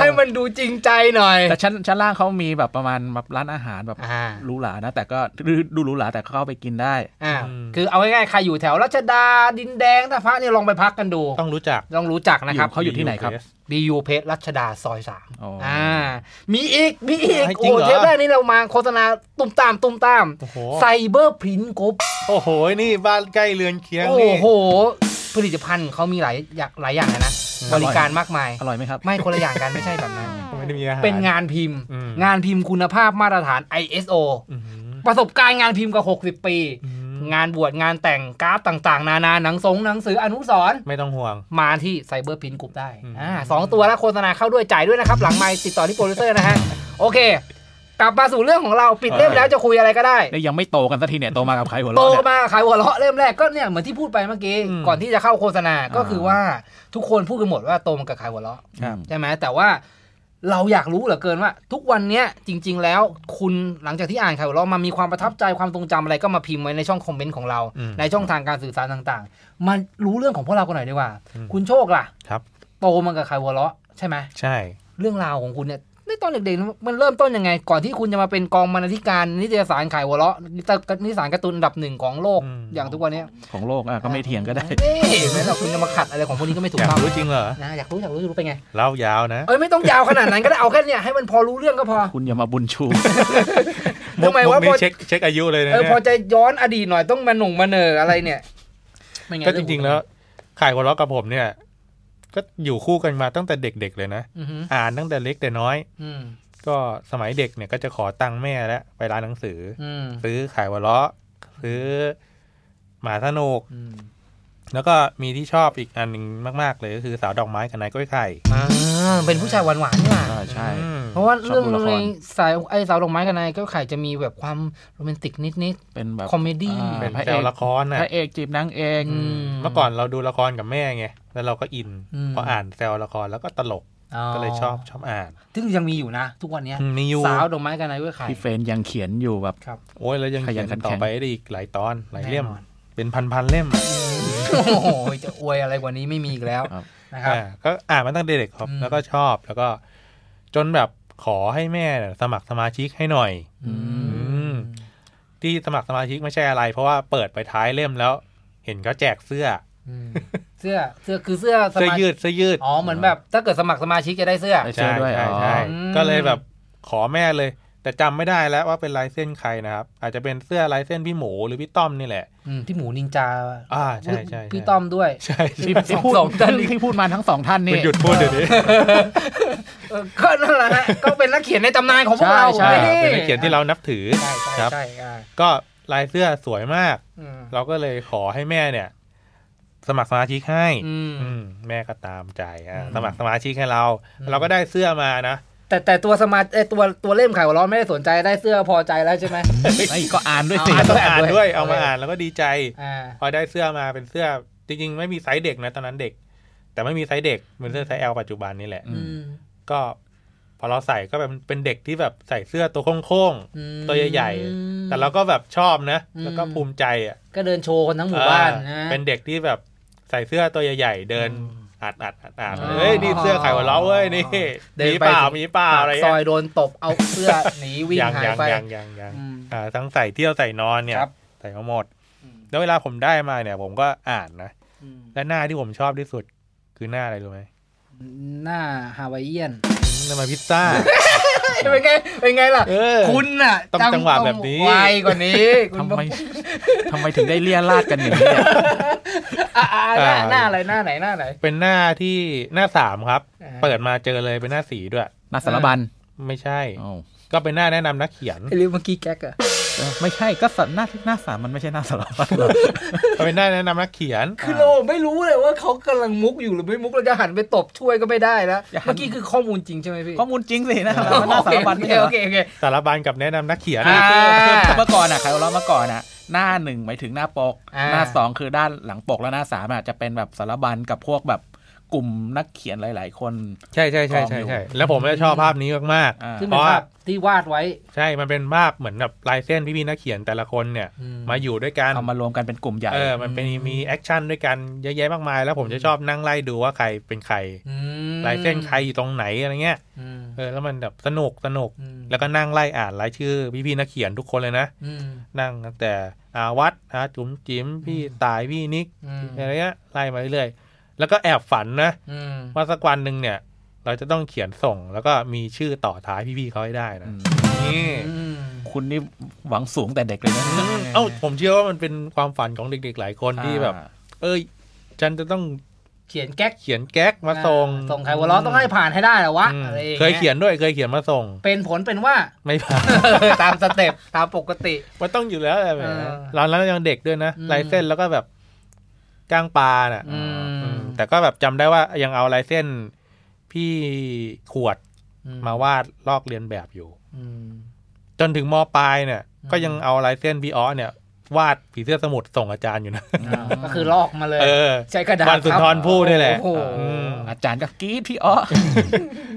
S2: ให้มันดูจริงใจหน่อย
S4: แต่ชั้นชั้นล่างเขามีแบบประมาณแบบร้านอาหารแบบ
S2: อ่า
S4: หรูหรานะ แต่ก็ดูดูหรูหราแต่เข้าไปกินได้
S2: อ่า
S3: อืม
S2: คือเอาง่ายๆ ใครอยู่แถวรัชดาดินแดงท่าพระเนี่ยลองไปพักกันดู
S3: ๆต้องรู้จัก
S2: ลองรู้จักนะครับ
S4: เขาอยู่ที่ไหนครับ
S2: BU Place รัชดาซอยสาม
S4: อ๋ออ่
S2: อ่า มีอีก มีอีก
S3: ให้จริ
S2: โอ้
S3: งเหรอ
S2: เทปแรกนี้เรามาโฆษณาตุ้มตามตุ้มตาม
S3: โอ้โห
S2: ไซเบอร์พินกรุ๊ป
S3: โอ้โหนี่บ้านใกล้เรือนเคียง
S2: โอ้
S3: นี่
S2: โห ผลิตภัณฑ์เขามีหลายอย่างหลายอย่างเลยนะ บริการมากมาย
S4: อร่อยไหมครับ
S2: ไม่คนละอย่างกันไม่ใช่แบบนั้น
S3: ไม่ได้มีอาหาร
S2: เป็นงานพิมพ์
S3: อืม
S2: งานพิมพ์คุณภาพมาตรฐาน ISO
S3: อืม
S2: ประสบการณ์งานพิมพ์กว่า60 ปี
S3: อืม
S2: งานบวชงานแต่งการ์ดต่างๆ นานาหนังสงหนังสืออนุสรณ์
S3: ไม่ต้องห่วง
S2: มาที่ไซเบอร์พินกรุ๊ปได้
S3: อืม
S2: อ่าสองตัวแล้วโฆษณาเข้าด้วยจ่ายด้วยนะครับ หลังไมค์ติดต่อที่โปรดิวเซอร์นะฮะ โอเค กลับมาสู่เรื่องของเราปิดเล่มแล้วจะคุยอะไรก็ได้
S4: นี่ยังไม่โตกันสักทีเนี่ยโตมากับใครหัว
S2: โต
S4: เราะเนี่ย
S2: มาขายหัวเราะเริ่มแรกก็เนี่ยเหมือนที่พูดไปเมื่อกี้
S3: อืม
S2: ก่อนที่จะเข้าโฆษณา
S4: อ่า
S2: ก็คือว่าทุกคนพูดกันหมดว่าโตมากับขายหัวเราะ
S4: ครับ
S2: ใช่ไหมแต่ว่าเราอยากรู้เหลือเกินว่า ทุกวันเนี้ยจริง ๆ แล้วคุณหลังจากที่อ่านขายหัวเราะมามีความประทับใจความทรงจำอะไรก็มาพิมพ์ไว้ในช่องคอมเมนต์ของเรา
S3: อืม
S2: ในช่องทางการสื่อสารต่างๆ มารู้เรื่องของพวกเรากันหน่อยดีกว่า
S3: อืม
S2: คุณโชคล่ะ
S3: ครับ
S2: โตมากับขายหัวเราะใช่ไหม
S3: ใช่
S2: เรื่องราวของคุณเนี่ยในตอนเด็กๆมันเริ่มต้นยังไง ก่อนที่คุณจะมาเป็นกองบรรณาธิการนิตยสารขายหัวเราะนิตยนิตยสารการ์ตูนอันดับหนึ่งของโลก
S3: ม
S2: อย่างทุกวันเนี้ย
S4: ของโลกอ่ะก็ไม่เถียง ก็ได้
S2: นี่แม้เราคุณจะมาขัดอะไรของพวกนี้ก็ไม่ถู
S3: อก ยาก
S2: ต้อง
S3: รู้จริงเหรอ
S2: นะอยากรู้อยากรู้อยากรู้เป็นไง
S3: เล่ายาวนะ
S2: เอ้ยไม่ต้องยาวขนาดนั้นก็ได้เอาแค่เนี่ยให้มันพอรู้เรื่องก็พอ
S4: คุณอย่ามาบุญชู
S2: ทำไมวะ
S3: กนี้
S2: พอ
S3: เช็คเช็คอายุเลยนะ
S2: เออ
S3: เนี่ย
S2: พอจะย้อนอดีตหน่อยต้องมาหนุ่งมาเหนออะไรเนี่ยเป็นไ
S3: ก็จริงๆแล้วขายหัวเราะกับผมเนี่ย ก็อยู่คู่กันมาตั้งแต่เด็กๆเลยนะ
S2: อือหือ
S3: อ่านตั้งแต่เล็กแต่น้อย
S2: อืม
S3: ก็สมัยเด็กเนี่ยก็จะขอตังค์แม่แล้วไปร้านหนังสือ
S2: อืม
S3: ซื้อขายหัวเราะซื้อหมาสนุก
S2: อืม
S3: แล้วก็มีที่ชอบอีกอันหนึ่งมากๆ เลยก็คือสาวดอกไม้กับนายกล้วยไข่
S2: อ่าเป็นผู้ชายหวานหวานๆนี่หว่า
S4: อ่าใช่
S3: อืม
S2: เพราะว่า
S4: ชอบ
S2: เรื่อง
S4: ดูละคร
S2: ในสายไอ้สาวดอกไม้กับนายก็ไข่จะมีแบบความโรแมนติกนิด
S4: เป็นแบบ
S2: คอมเมดี้
S4: า
S3: เป็น
S4: พระ
S3: แซ
S4: เอ
S3: ว
S4: ก
S3: ละครน่ะ
S4: พระเอกจีบนางเอก
S2: ๆอืม
S3: เมื่อก่อนเราดูละครกับแม่ไงแล้วเราก็อิน
S2: อืม
S3: พออ่านแซวละครแล้วก็ตลกก็เลยชอบชอบอ่าน
S2: ซึ่งยังมีอยู่นะ ทุกวันเนี้ย
S3: มีอยู่
S2: สาวดอกไม้กับนายก็ไข่
S4: พี่เฟรนยังเขียนอยู่แบบ
S3: โอ้ยแล้วยัง
S4: ขยั
S3: เขีย
S4: น
S3: น
S4: ขันแข็ง
S3: ต่อไปได้อีกหลายตอนหลายเล่ม
S2: แน่นอน
S3: เป็นพันๆเล่มอะ
S2: โอ้โหจะอวยอะไรกว่านี้ไม่มีอีกแล้ว
S4: ครับ
S2: นะครับ
S3: อ่าก็อ่านมาตั้งแต่เด็กครับ
S2: อืม
S3: แล้วก็ชอบแล้วก็ จนแบบขอให้แม่เนี่ยสมัครสมาชิกให้หน่อย
S4: อืม
S3: อืม ที่สมัครสมาชิกไม่ใช่อะไร เพราะว่าเปิดไปท้ายเล่มแล้ว เห็นเขาแจกเสื้อ
S2: อืมเสื้อเสื้อคือเสื้อส
S3: เสื้อ
S2: มา
S3: ยืดเสื้อยืด
S2: อ๋อเหมือนแบบถ้าเกิดสมัครสมาชิกจะได้เสื้อ
S4: ได้
S3: ใช่
S4: เจอด้วย
S3: ใช่
S4: อ๋อ
S3: ใช่
S2: อืม
S3: ก็เลยแบบขอแม่เลย แต่จำไม่ได้แล้วว่าเป็นลายเส้นใครนะครับ อาจจะเป็นเสื้อลายเส้นพี่หมูหรือพี่ต้อมนี่แหละ
S2: อืมพี่หมูนินจา
S3: อ่าใช่ใช่ใช่
S2: พี่ต้อมด้วย
S3: ใช่ใช่
S4: ที่ที่
S2: สอง
S4: พูด
S2: สองท่าน
S4: ที่พูดมาทั้งสองท่านนี่
S3: มันหยุดพูดเดี๋ยวนี้
S2: เออก็นั่นแหละฮะ ก็เป็นนักเขียนในตำนานของพวกเรา
S4: ใช่
S3: อ่า
S2: ฮ้
S3: เป็นนักเขียนที่เรานับถือ
S2: ใช่ใช่
S3: ครับ
S2: ใช่อ่า
S3: ก็ลายเสื้อสวยมาก
S2: อืม
S3: เราก็เลยขอให้แม่เนี่ย สมัครสมาชิกให้
S2: อืม
S3: อืมแม่ก็ตามใจอ่า
S2: อืม
S3: สมัครสมาชิกให้เรา
S2: อืม
S3: เราก็ได้เสื้อมานะ
S2: แต่แต่ตัวสมาร์ทเอ้ยตัวตัวเล่มขายหัวเร้อนไม่ได้สนใจได้เสื้อพอใจแล้วใช่ไหม
S4: ไอ้ยก็อ่านด้วยสิ
S2: เา
S3: ต้องอ่าน
S2: ด้วย
S3: ด้วยเอา
S2: เอ
S3: มา
S2: ออ่
S3: อ่านแล้วก็ดีใจ
S2: อ่า
S3: พอได้เสื้อมาเป็นเสื้อจริงๆ ไม่มีไซส์เด็กนะตอนนั้นเด็ก แต่ไม่มีไซส์เด็กเป็นเสื้อไซส์ L ปัจจุบันนี่แหละ
S4: อื
S2: อืม
S3: ก็พอเราใส่ก็แบบเป็นเด็กที่แบบใส่เสื้อตัวโค้ง
S2: อืม
S3: ตัวใหญ่ ๆ แต่เราก็แบบชอบนะ
S2: อืม
S3: แล้วก็ภูมิใจอ่ะ
S2: ก็เดินโชว์คนทั้งหมู่บ้าน
S3: อ่
S2: นะ
S3: เป็นเด็กที่แบบใส่เสื้อตัวใหญ่ ๆ เดินอัดอัดอัดอัด
S2: อ๋อ
S3: เฮ้ยนี่เสื้อไข่หัวเราะเว้ยนี่
S2: เดิน
S3: มี
S2: ไป
S3: เปล่ามีเปล่าอะไร
S2: ซ
S3: เงี้
S2: อย
S3: ย
S2: โดนตบเอาเสื้อ หนีวิ่ง
S3: ยัง
S2: หาย
S3: ยัง
S2: ไป
S3: ยังยังยัง
S2: อืม
S3: อ่าทั้งใส่เที่ยวใส่นอนเนี่ย
S2: ครับ
S3: ใส่มาหมด แล้วเวลาผมได้มาเนี่ย ผมก็อ่านนะ
S2: อืม
S3: และหน้าที่ผมชอบที่สุดคือหน้าอะไรรู้ไหม
S2: หน้าฮาวายเอียน
S3: หน้ามาพิซซ่า
S2: เป็นไง เป็นไงล่ะ
S3: เออ
S2: คุณน่ะ
S3: ต้องจังหวะแบบนี้
S2: ไวกว่านี้ คุณ
S4: ทำ
S2: ต้อง
S4: ไมทำไมถึงได้เลี่ยราดกันอย่างนี้เนี่ย
S2: อ่ะอ่ะหน้าหน้าอะไรหน้าไหนหน้าไหน
S3: เป็นหน้าที่หน้าสามครับ
S2: อ่า
S3: เปิดมาเจอเลยเป็นหน้าสีด้วย
S4: นาสารบัน
S3: ไม่ใช่
S4: อ้าว
S3: ก็เป็นหน้าแนะนำนักเขียน
S2: ไอ้เรื่องเมื่อกี้แก๊กอะ
S4: เอ้าไม่ใช่ก็สัตว์หน้าหน้าสามมันไม่ใช่หน้าสารบันหรอ
S3: ก็เป็นหน้าแนะนำนักเขียน
S2: คือเราไม่รู้เลยว่าเขากำลังมุกอยู่หรือไม่มุกเราจะหันไปตบช่วยก็ไม่ได้แล้ว
S4: อย่าหัน
S2: เมื่อกี้คือข้อมูลจริงใช่ไหมพี่
S4: ข้อมูลจริงสิหน้าสาร บันหน้าสารบัน
S2: โอ
S4: ไม่
S2: เค
S4: ใช่เหร
S2: โอ
S4: อ
S2: เคโอเค
S3: สารบัญกับแนะนำนักเขียน
S2: อ่า
S4: คือเมื่อก่อนอ่ะใครเล่าเมื่อก่อนอ่ะหน้าหนึ่งหมายถึงหน้าปก
S2: อ่า
S4: หน้าสองคือด้านหลังปกแล้วหน้าสามอ่ะจะเป็นแบบสารบัญกับพวกแบบกลุ่มนักเขียนหลาย ๆ คน
S3: ใช่ใช่ใช่ใช่
S4: กองอยู่
S3: ใช่แล้วผมจะชอบภาพนี้มาก
S4: อ่า
S2: ซึ่งเป็นภาพที่วาดไว้
S3: ๆ ใช่มันเป็นภาพเหมือนแบบลายเส้นพี่พี่ๆนักเขียนแต่ละคนเนี่ย
S2: อืม
S3: มาอยู่ด้วยกัน
S4: เอามารวมกันเป็นกลุ่มใหญ่
S3: เออมันเป็นมีแอคชั่นด้วยกันเยอะแยะมากมาย แล้วผมจะชอบนั่งไล่ดูว่าใครเป็นใคร
S2: อืม
S3: ลายเส้นใครอยู่ตรงไหนอะไรเงี้ย
S2: อืม
S3: เออแล้วมันแบบสนุกสนุก
S2: อืม
S3: แล้วก็นั่งไล่อ่านรายชื่อพี่พี่ๆนักเขียนทุกคนเลยนะ
S2: อืม
S3: นั่งตั้งแต่อาวัดอาจุ๋มจิ๋มพี่ตายพี่นิก
S2: อืม
S3: อะไรเงี้ยไล่มาเรื่อยๆแล้วก็แอบฝันนะ
S2: อืม
S3: ว่าสักวันหนึ่งเนี่ย เราจะต้องเขียนส่งแล้วก็มีชื่อต่อท้ายพี่ๆเขาให้ได้นะ
S4: อืม
S3: นี่
S2: อืม
S4: คุณนี่หวังสูงแต่เด็กเลยนะ
S3: เอ้าผมเชื่อว่ามันเป็นความฝันของเด็กๆหลายคนที่แบบ
S4: อ่า
S3: เอ้ย ฉันจะต้อง
S2: เขียนแก๊ก
S3: เขียนแก๊กมาส่ง
S2: อ่ส่งใครหัวเราะต้องให้ผ่านให้ได้เหรอวะ
S3: อืม
S2: อะไรอางงี้
S3: เคยเขียนด้วยเคยเขียนมาส่ง
S2: เป็นผลเป็นว่า
S3: ไม่ผ่าน
S2: ตามสเต็ปตามปกติ
S3: มันต้องอยู่แล้วแหละแหม
S2: เออ
S3: ร้านแล้วยังเด็กด้วยนะ
S2: อืม
S3: ลายเส้นแล้วก็แบบกลางปลาน่ะ
S2: อื
S3: อื
S2: ม
S3: มแต่ก็แบบจำได้ว่ายังเอาลายเส้นพี่ขวดมาวาดลอกเรียนแบบอยู่
S2: อืม
S3: จนถึงมปลายเนี่ย
S2: อืม
S3: ก็ยังเอาลายเส้นพี่อ้อเนี่ย วาดผีเสื้อสมุดส่งอาจารย์อยู่นะ
S2: อ่าก็คือลอกมาเลย
S3: เออ
S2: ใช้กระดาษ
S3: วันสุนทร
S2: ครับ
S3: ภู่นี่แหละ
S2: โอ้โห
S3: อืม
S4: อาจารย์ก็กรี๊ดพี่อ้อ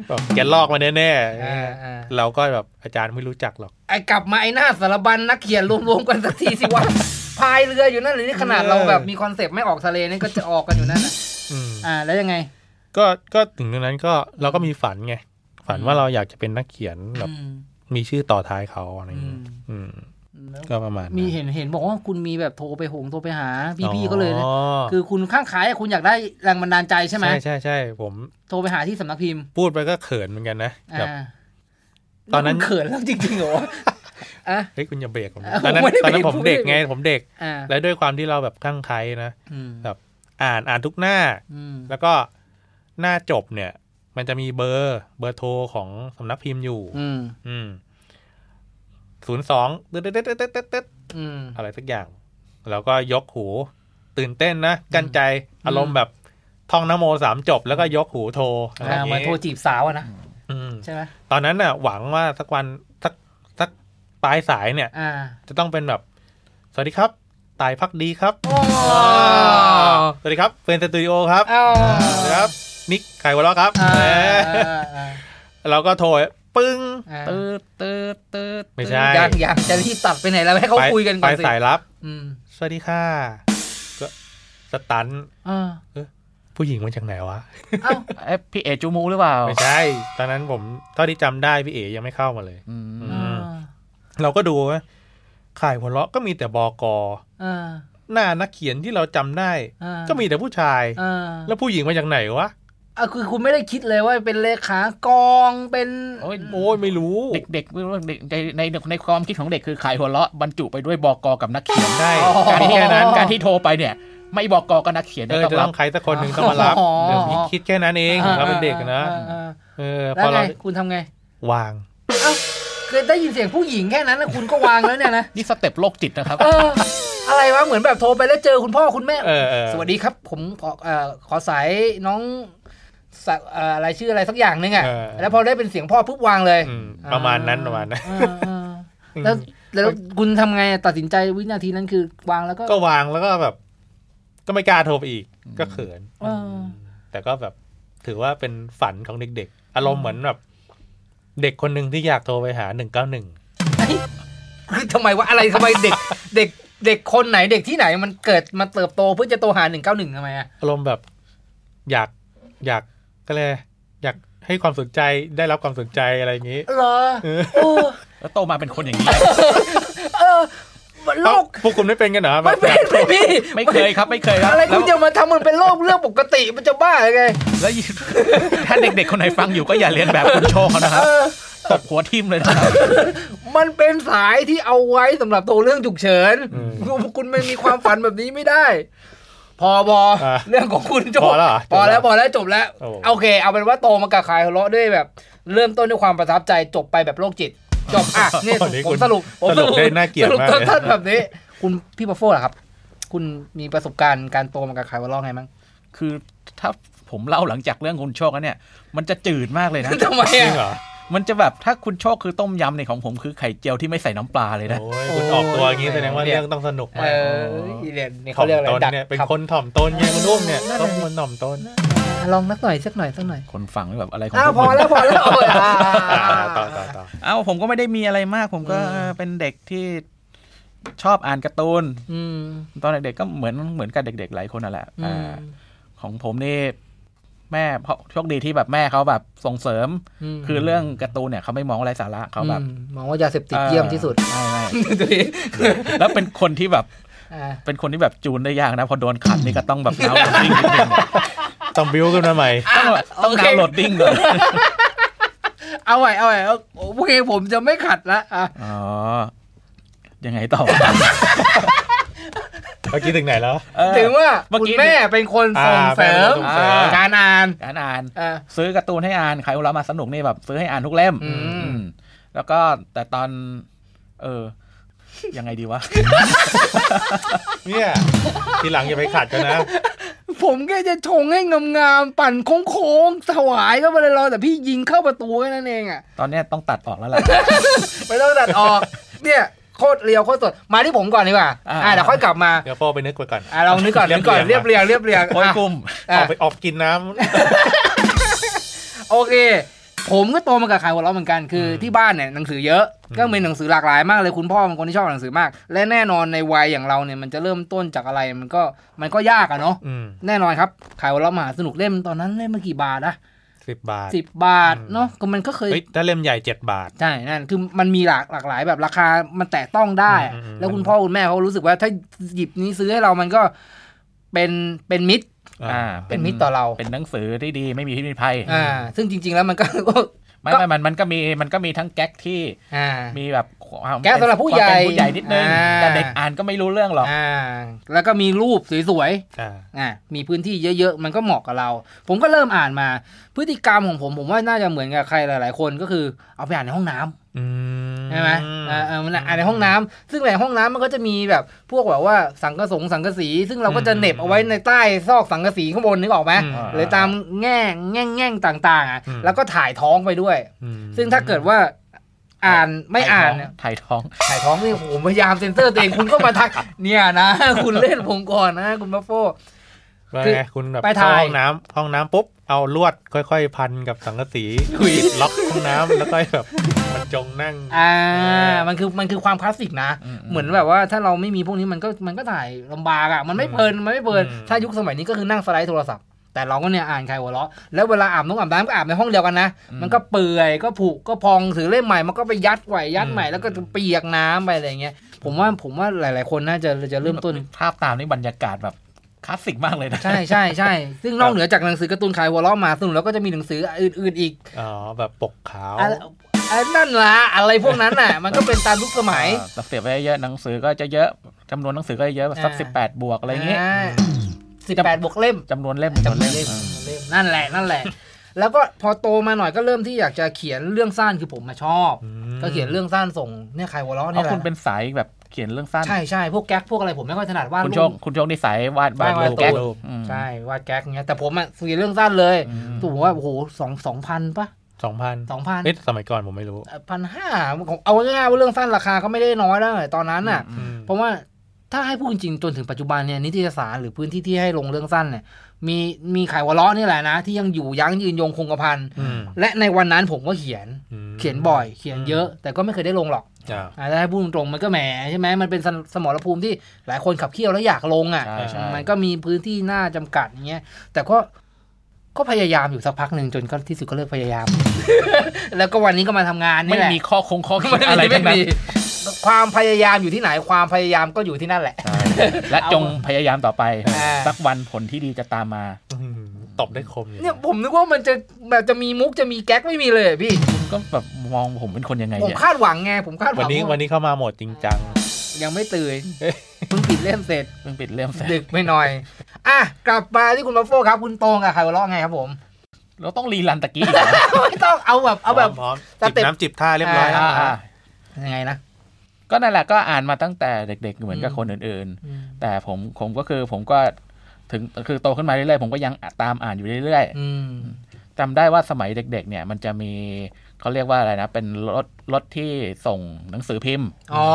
S3: บอกแกลอกมาแน่
S2: อ่าอ่า
S3: ๆเราก็แบบอาจารย์ไม่รู้จักหรอก
S2: ไอ้กลับมาไอ้หน้าสารบัญนักเขียนรวมๆกันสักทีสิวะ พายเรืออยู่นั่นหรือนี่ขนาด
S3: เออ
S2: เราแบบมีคอนเซปต์ไม่ออกทะเลนี่ก็จะออกกันอยู่นั่นน่ะ
S3: อืม
S2: อ่า แล้วยังไง
S3: ก็ก็ถึงตรงนั้นก็เราก็มีฝันไงฝัน
S2: อืม
S3: ว่าเราอยากจะเป็นนักเขียนแบบ
S2: อืม
S3: มีชื่อต่อท้ายเขาอะไรอย่างเงี้ย
S2: อืม
S3: อืม
S2: แล้ว
S3: ก็ประมาณนั้น
S2: มีเห็นเห็นบอกว่าคุณมีแบบโทรไปหงโทรไปหาพี่
S3: อ๋
S2: ๆ
S3: อ
S2: ก็เลยนะคือคุณข้างขายอะคุณอยากได้แรงบันดาลใจใช่ไหม
S3: ใช่ใช่ใช่ผม
S2: โทรไปหาที่สำนักพิมพ์
S3: พูดไปก็เขินเหมือนกันนะแบบ
S2: อ่า
S3: ตอนนั้น
S2: คุณเขินแล้วจริงๆเหรอวะอ่ะ
S3: เฮ้ยคุณอย่าเบรกผม
S2: เออ
S3: ตอนนั้น
S2: ผมไม่ได้
S3: ตอนนั้น
S2: เบรก
S3: ผมเด็กไง
S2: ผมไม่ได้
S3: ผมเด็ก
S2: อ่า
S3: และด้วยความที่เราแบบข้างใครนะ
S2: อืม
S3: อ่านอ่านทุกหน้า
S2: อืม
S3: แล้วก็หน้าจบเนี่ย มันจะมีเบอร์เบอร์โทรของสำนักพิมพ์อยู่
S2: อืม
S3: อืมศูนย์สองเต๊ดเต๊ดเต๊ดเต๊ดเต๊ดเต๊ด
S2: อืม
S3: อะไรสักอย่าง แล้วก็ยกหู ตื่นเต้นนะกันใจอารม
S2: อื
S3: ณ์
S2: ม
S3: แบบท่องนโมสามจบ แล้วก็ยกหูโทรอะไรอ
S2: อ่า
S3: ย่าง
S2: เหมือน
S3: งี้
S2: โทรจีบสาวอะนะ
S3: อืม
S2: ใช่ไหม
S3: ตอนนั้นน่ะ หวังว่าสักวันสักสักปลายสายเนี่ย
S2: อ่า
S3: จะต้องเป็นแบบ สวัสดีครับ ตายพักดีครับ
S2: โอ้
S3: สวัสดีครับเฟรนสตูดิโอครับ
S2: อ้าว
S3: สวัสดีครับ นิกไข่หัวเราะครับ
S2: อ่า
S3: เอ้ย
S2: อ่าอ่า
S3: เราก็โทรปึ้ง
S2: อ่า
S4: ตืดตืดตืด
S3: ไม่ใช่
S2: ยังยังจะรีบตัดไปไหนแล้วให้เขาคุยกันก่อน
S3: ไป
S2: สิ
S3: สายรับ
S2: อืม
S3: สวัสดีค่ะ ตัน
S2: เออ
S3: ผู้หญิงมาจากไหนวะ
S2: เอ้า
S4: เอ๊ะพี่เอจูมูหรือเปล่า
S3: ไม่ใช่ ตอนนั้นผมเท่าที่จำได้พี่เอ๋ยังไม่เข้ามาเลย
S4: อืม
S2: เออ
S3: เราก็ดูว่าข่ายหัวเราะก็มีแต่บอกอ
S2: เออ
S3: หน้านักเขียนที่เราจำได้
S2: เออ
S3: ก็มีแต่ผู้ชาย
S2: เออ
S3: แล้วผู้หญิงมาจากไหนวะ
S2: อ่ะคือคุณไม่ได้คิดเลยว่าเป็นเลขากองเป็น
S4: โอ้ย
S3: โอ้ยไม่รู้
S4: เด็กๆไม่รู้เด็กในในในความคิดของเด็กคือขายหัวเราะบรรจุไปด้วยบอกอกับนักเขียน
S3: ใช่
S4: การที่แค่นั้นการที่โทรไปเนี่ย ไม่บอกกอกับนักเขียน
S3: เอ
S4: เนี่ย
S3: อ
S4: ต้อง
S3: จะ
S4: รั
S3: ต้
S4: บ
S3: องใครสักคนหนึ่งต้องมารับเดี๋ยวพี่คิดแค่นั้นเองเราเป็นเด็กนะ
S2: ออเออ
S3: เออ
S2: เออ
S3: พ
S2: แล้ว
S3: อ
S2: ไง
S3: เรา
S2: คุณทำไง
S3: วาง
S2: เอ้าคือได้ยินเสียงผู้หญิงแค่นั้นนะคุณก็วางแล้วเนี่ยนะ
S4: นี่สเต็ปโรคจิตนะครับ
S2: เอออะไรวะเหมือนแบบโทรไปแล้วเจอคุณพ่อคุณแม่
S3: เออเออ
S2: สวัสดีครับ ผมขอเอ่อขอสายน้องสักเอ่ออะไรชื่ออะไรสักอย่างหนึงอ่ะ
S3: เออ
S2: แล้วพอได้เป็นเสียงพ่อปุ๊บวางเลย
S3: อืมประมาณนั้นประมาณนั้น
S2: เออเออแล้วแล้วคุณทำไงอะตัดสินใจวินาทีนั้นคือวางแล้วก็
S3: ก็วางแล้วก็แบบ ก็ไม่กล้าโทรไปอีก ก็เขิน
S2: เออ
S3: แต่ก็แบบ ถือว่าเป็นฝันของเด็กๆ อารมณ์เหมือนแบบ เด็กคนหนึ่งที่อยากโทรไปหาหนึ่งเก้าหนึ่ง
S2: คือทำไมวะอะไรทำไมเด็ก เด็กเด็กคนไหนเด็กที่ไหนมันเกิดมาเติบโตเพื่อจะโตหาหนึ่งเก้าหนึ่งทำไมอ่ะ
S3: อารมณ์แบบ อยากอยากก็เลยอยากให้ความสนใจได้รับความสนใจอะไรอย่างนี้
S2: เหรอ
S3: เออ
S2: โอ้
S4: แล้วโตมาเป็นคนอย่างนี้
S2: เออมันโล
S3: เอ้าก พวกคุณไม่เป็นกันเหรอ
S2: มันเป็น
S3: แบบ
S2: พี่
S4: ไม่เคยครับไม่เคยครับ
S2: อะไร
S4: แล้
S2: คุ
S4: ว
S2: ณจะมาทำมันเป็นโรคเรื่องปกติมันจะบ้าหรือไง
S4: แล้วยิ่ง ถ้าเด็กๆคนไหนฟังอยู่ก็อย่าเรียนแบบคุณโชคเขานะค
S2: เอ
S4: รับ
S2: อ
S4: ตบหัวทิ่มเลยนะครับ
S2: มันเป็นสายที่เอาไว้สำหรับโทรเรื่องฉุกเฉิน
S3: อืม
S2: คุณไม่มีความฝันแบบนี้ไม่ได้ พอบอ
S3: อ่ะ
S2: เรื่องของคุณจบ
S3: พอแล้วเหรอ
S2: พอแล้วพอแล้วจบแล้ว
S3: โอ้
S2: โอเค เอาเป็นว่าโตมากับขายหัวเราะด้วยแบบ เริ่มต้นด้วยความประทับใจจบไปแบบโรคจิต จบอ่ะนี่
S3: นี่
S2: ผ
S3: คุ
S2: ม
S3: ณ
S2: สรุปผม
S3: สรุปได้น่าเกลียด
S2: สรุป
S3: มากเลย
S2: สั้นๆแบบนี้ คุณพี่ปัฟโฟ่ล่ะครับ คุณมีประสบการณ์การโตมากับขายหัวเราะไงมั้ง
S4: คือถ้าผมเล่าหลังจากเรื่องคุณโชคแล้วเนี่ย มันจะจืดมากเลยนะ
S2: ทำไม
S3: จริ
S2: อ่ะ
S3: งเหรอ
S4: มันจะแบบถ้าคุณโชคคือต้มยำในของผมคือไข่เจียวที่ไม่ใส่น้ำปลาเลยนะ
S3: โอ้ยคุณออกตัวอย่างนี้แสดงว่าเรื่องต้องสนุก
S2: เอ
S3: มา
S2: อ
S3: ก
S2: เรียนนี่
S3: ถ่
S2: เขา
S3: อม
S2: เรียกอะไร
S3: ตน
S2: ดัก
S3: เนี่ยเป็น
S2: ขับ
S3: คนถ่อมตนไงคุณนุ่มเนี่ย
S2: นั่นแหละ
S3: ต้องคนถ่อมตน
S2: ลองนักหน่อยสักหน่อยสักหน่อย
S4: คนฟังนี่แบบอะไรของ
S2: อ้าว
S4: พวก
S2: พอ
S4: มึง
S2: แล้วพอแล้วโอ้ยอ่า
S3: อ่าต่อต่อต่อ
S4: เอ้าผมก็ไม่ได้มีอะไรมาก ผมก็
S2: อืม
S4: เป็นเด็กที่ชอบอ่านการ์ตูน
S2: อืม
S4: ตอนเด็กๆก็เหมือนเหมือนกับเด็ก ๆ หลายคนนั่นแหละ
S2: อื
S4: อ่าม ของผมนี่แม่เพราะโชคดีที่แบบแม่เขาแบบส่งเสริม
S2: ม
S4: คือเรื่องการ์ตูนเนี่ยเขาไม่มองอะไรสาระเขาแบบ
S2: อืมมองว่ายาเสพติดเยี่ยมที่สุด
S4: อ่าไม่ไ
S2: ตัวเอง
S4: ม่แล้วเป็นคนที่แบบ
S2: อ่า
S4: เป็นคนที่แบบจูนได้ยากนะ พอโดนขัดนี่ก็ต้องแบบดาวน์โหลดดิ้งนิดนึง
S3: ต้องบิวกันมาใหม่
S4: ต้องแบบต้องดาวน์โหลดดิ้งเลย
S2: เอาไว้เอาไว้เอาโอเคผมจะไม่ขัดละอ่ะ
S4: อ๋อยังไงต่อ
S3: เมื่อกี้ถึงไหนแล้ว
S4: เออ
S2: ถึงว่า
S4: เมื่อ
S2: คุ
S4: กี้
S2: ณแม่เป็นคนส่งเสริม
S4: อ่า
S2: การอ่าน
S4: อ่านอ่าน
S2: อ่า
S4: ซื้อการ์ตูนให้อ่านใครเอาเรามาสนุกนี่แบบซื้อให้อ่านทุกเล่ม
S2: อืม
S4: อืมแล้วก็แต่ตอน เออ ยังไงดีวะ
S3: เนี่ยทีหลังอย่าไปขัดกันนะ
S2: ผมแค่จะชงให้งามๆปั่นโค้งๆถวายก็ไปเลยรอแต่พี่ยิงเข้าประตูแค่นั้นเองอ่ะ
S4: ตอนเนี้ยต้องตัดออก แล้วล่ะ
S2: ไม่ต้องตัดออก เนี่ยโคตรเรียวโคตรสดมาที่ผมก่อนดีกว่า
S4: อ่า
S2: อ่าเดี๋ยวค่อยกลับมา
S3: เดี๋ยวโฟไปนึกไว้ก่อน
S2: อ่าลองนึกก่ อนนึกก่อน
S3: เรี
S2: เรีย
S3: ย
S2: บบ
S3: เรี
S2: เรียง
S3: ยง
S2: เรียบเรียง
S4: โอ้ย
S2: อ่ะ
S4: กลุ่ม
S3: ออกไปออกกินน้ำ
S2: โอเค ผมก็โตมากับขายหัวเราะเหมือนกันคือ
S3: อืม
S2: ที่บ้านเนี่ยหนังสือเยอะ
S3: อืม
S2: ก็มีหนังสือหลากหลายมากเลยคุณพ่อเป็นคนที่ชอบอ่านหนังสือมาก และแน่นอนในวัยอย่างเราเนี่ยมันจะเริ่มต้นจากอะไรมันก็มันก็ยากอะเนาะ
S3: อืม
S2: แน่นอนครับขายหัวเราะมหาสนุกเล่มตอนนั้นเล่มมากี่บาทอะ
S3: สิบบาท
S2: สิบบาท
S3: อืม
S2: เนาะก็มันก็เคย
S3: เฮ้ยถ้าเล่มใหญ่เจ็ดบาท
S2: ใช่นั่นคือมันมีหลากหลากหลายแบบราคามันแตะต้องได้อะ
S3: อืมอืมอืม
S2: แล้วคุณพ่อคุณแม่เขารู้สึกว่าถ้าหยิบนี้ซื้อให้เรามันก็เป็นเป็นมิตร
S4: อ่า
S2: เป็นมิตรต่อเรา
S4: เป็นหนังสือที่ดีไม่มีที่มีภัย
S2: อ่า ซึ่งจริง ๆ แล้วมันก็
S4: ไม่ไม่มันมันก็มีมันก็มีทั้งแก๊กที่
S2: อ่า
S4: มีแบบความ
S2: แก๊กสำหรับผู้
S4: ความเป็น
S2: ใหญ่
S4: ผู้ใหญ่นิดนึง
S2: อ่า
S4: แต่เด็กอ่านก็ไม่รู้เรื่องหรอก
S2: อ่า แล้วก็มีรูปสวยๆ
S3: อ่า
S2: อ่ะมีพื้นที่เยอะๆ มันก็เหมาะกับเรา ผมก็เริ่มอ่านมา พฤติกรรมของผมผมว่าน่าจะเหมือนกับใครหลาย ๆ คนก็คือเอาไปอ่านในห้องน้ำ
S3: อืม
S2: ใช่ไหมอ่าเออมันอ่านในห้องน้ำซึ่งในห้องน้ำมันก็จะมีแบบพวกแบบว่าสังกะสงสังกะสี ซึ่งเราก็จะเหน็บเอาไว้ในใต้ซอกสังกะสีข้างบนนึกออกไหม
S3: อืม
S2: หรือตามแง่งแง่งแง่งต่างๆอ่ะ
S3: อืม
S2: แล้วก็ถ่ายท้องไปด้วย
S3: อืม
S2: ซึ่งถ้าเกิดว่าอ่านไม่อ่านเนี่ย
S4: ถ่ายท้อง
S2: ถ่ายท้องนี่ผมพยายามเซ็นเซอร์ตัวเองคุณก็มาทัก เนี่ยนะ คุณเล่นผมก่อนนะ คุณบัฟโฟ
S3: ว่า
S2: คือ
S3: ไงคุณแบบ
S2: ไป
S3: เข้า
S2: ถ่าย
S3: ห้องน้ำห้องน้ำปุ๊บเอาลวดค่อย ๆ พันกับสังกะสี ปิดล็อกห้องน้ำแล้วก็แบบบรรจงนั่ง
S2: อ่า
S3: อ
S2: มันคือมันคือความคลาสสิกนะ
S4: อืม
S2: เหมือนแบบว่าถ้าเราไม่มีพวกนี้มันก็มันก็ถ่ายลำบากอะ่ะ มันไม่เพลินมันไม่เพลิน
S3: อืม
S2: ถ้ายุคสมัยนี้ก็คือนั่งสไลด์โทรศัพท์ แต่เราก็เนี่ยอ่านใครหัวเราะ แล้วเวลาอาบน้ำอาบน้ำก็อาบในห้องเดียวกันนะ
S4: อืม
S2: มันก็เปื่อยก็ผุก็พองถือเล่มใหม่มันก็ไปยัดไหวยัดใหม่แล้วก็เปียกน้ำไปอะไรอย่างเงี้ย ผมว่าผมว่าหลาย ๆ คนน่าจะจะเริ่มต้น
S4: ภาพตามนี่บรรยากาศแบบคลาสสิกมากเลยนะ
S2: ใช่ใช่ใช่ ซึ่งนอกเหนือจากหนังสือการ์ตูนขายหัวเราะมาสนุกแล้วก็จะมีหนังสืออื่นๆอีก
S3: อ๋อแบบปกขาว
S2: อะไรอ่ะนั่นละอะไรพวกนั้น น่ะ มันก็เป็นตามยุคสมัย
S4: อ่าเราเสียไปเยอะหนังสือก็จะเยอะจำนวนหนังสือก็จะเยอะสักสิบแปดบวกอะไรอย่างเงี้ย
S2: สิบแปดบวกเล่ม
S4: จำนวนเล่มจำนวนเล่ม
S2: เล่ม
S4: เออ
S2: เล่มนั่นแหละนั่นแหละ แล้วก็พอโตมาหน่อยก็เริ่มที่อยากจะเขียนเรื่องสั้นคือผมมาชอบ
S3: อืม
S2: ก็เขียนเรื่องสั้นส่งเนี่ยใครหัวเราะ
S4: เพ
S2: เนี่ย
S4: ราะ
S2: แห
S4: คุณ
S2: ละ
S4: เป็นสายแบบเขียนเรื่องสั้น
S2: ใช่ใช่พวกแก๊กพวกอะไรผมไม่ค่อยถนัดวาด
S4: คุณ
S2: รู
S4: โชค
S2: ป
S4: คุณโชคนิสัยวาดวาด
S2: วาด
S4: รูปแก๊ก
S2: วาดรูป
S4: อืม
S2: ใช่วาดแก๊กเงี้ยแต่ผมอ่ะเขียนเรื่องสั้นเลย
S4: อืม
S2: ถูกว่าโอ้โหสองสองพันปะ
S3: สองพัน
S2: สองพัน
S3: เอ๊ะสมัยก่อนผมไม่รู้
S2: พันห้าเอาง่ายๆว่าเรื่องสั้นราคาก็ไม่ได้น้อยแล้วตอนนั้นน่ะ
S3: อืม
S2: เพราะว่าถ้าให้พูดจริงๆจนถึงปัจจุบันเนี่ยนิตยสารหรือพื้นที่ที่ให้ลงเรื่องสั้นเนี่ยมีมีขายหัวเราะนี่แหละนะ ที่ยังอยู่ยั้งยืนยงคงกระพัน
S3: อืม
S2: และในวันนั้นผมก็เขียน
S3: อืม
S2: เขียนบ่อย เขียนเยอะ แต่ก็ไม่เคยได้ลงหรอก
S3: อ่า
S2: อ่าถ้าให้พูดตรงๆมันก็แหมใช่ไหมมันเป็นสนสมรภูมิที่หลายคนขับเคี่ยวแล้วอยากลงอ่ะ
S4: ใช่ใช่
S2: มันก็มีพื้นที่หน้าจำกัดอย่างเงี้ยแต่ก็ก็พยายามอยู่สักพักหนึ่งจนก็ที่สุดก็เลิกพยายาม แล้วก็วันนี้ก็มาทำงาน
S4: ไม่
S2: นี่แหละ
S4: มีข้อคงข้อคิด
S2: ไม่มี
S4: อะไรทั้งนั้น
S2: ม่มีความพยายามอยู่ที่ไหนความพยายามก็อยู่ที่นั่นแหละ
S4: ใช่และจงพยายามต่อไป
S2: อ่า
S4: สักวันผลที่ดีจะตามมา
S3: อืม ตบได้คมอยู่
S2: เนี่ยผมนึกว่ามันจะแบบจะมีมุกจะมีแก๊กไม่มีเลยอะพี่
S4: ก็แบบมองผมเป็นคนยังไง
S2: ผม
S4: เนี่ย
S2: คาดหวังไงผมคาดห
S3: วั
S2: วัน ง
S3: นี้วันนี้เข้ามาโหมดจริงจัง
S2: ยังไม่ตื่นเพิ่งปิดเล่มเสร็จ
S4: เพิ่งปิดเล่มเสร็จ
S2: ดึกไปหน่อย อ่ะกลับมาที่คุณบัฟโฟครับ คุณโตงกับใครวะเลาะไงครับผม
S4: เราต้องรีรันตะกี้อีกเหรอ
S2: ไม่ต้องเอาแบบเอาแบบ
S3: พร้อมๆ
S2: ส
S3: จิบ
S2: เต็ป
S3: น้ำจิบท่าเรียบร้อยแล้ว
S4: อ่าอ่า
S2: ยังไงนะ
S4: ก็นั่นแหละก็อ่านมาตั้งแต่เด็กๆเหมือนกับ
S2: อืม
S4: คนอื่นๆ แต่ผมผมก็คือผมก็ถึงคือโตขึ้นมาเรื่อยๆ ผมก็ยังอ่ะตามอ่านอยู่เรื่อย
S2: อืม
S4: ๆจำได้ว่าสมัยเด็กๆ เนี่ย มันจะมีเขาเรียกว่าอะไรนะ เป็นรถรถที่ส่งหนังสือพิมพ์
S2: อ๋อ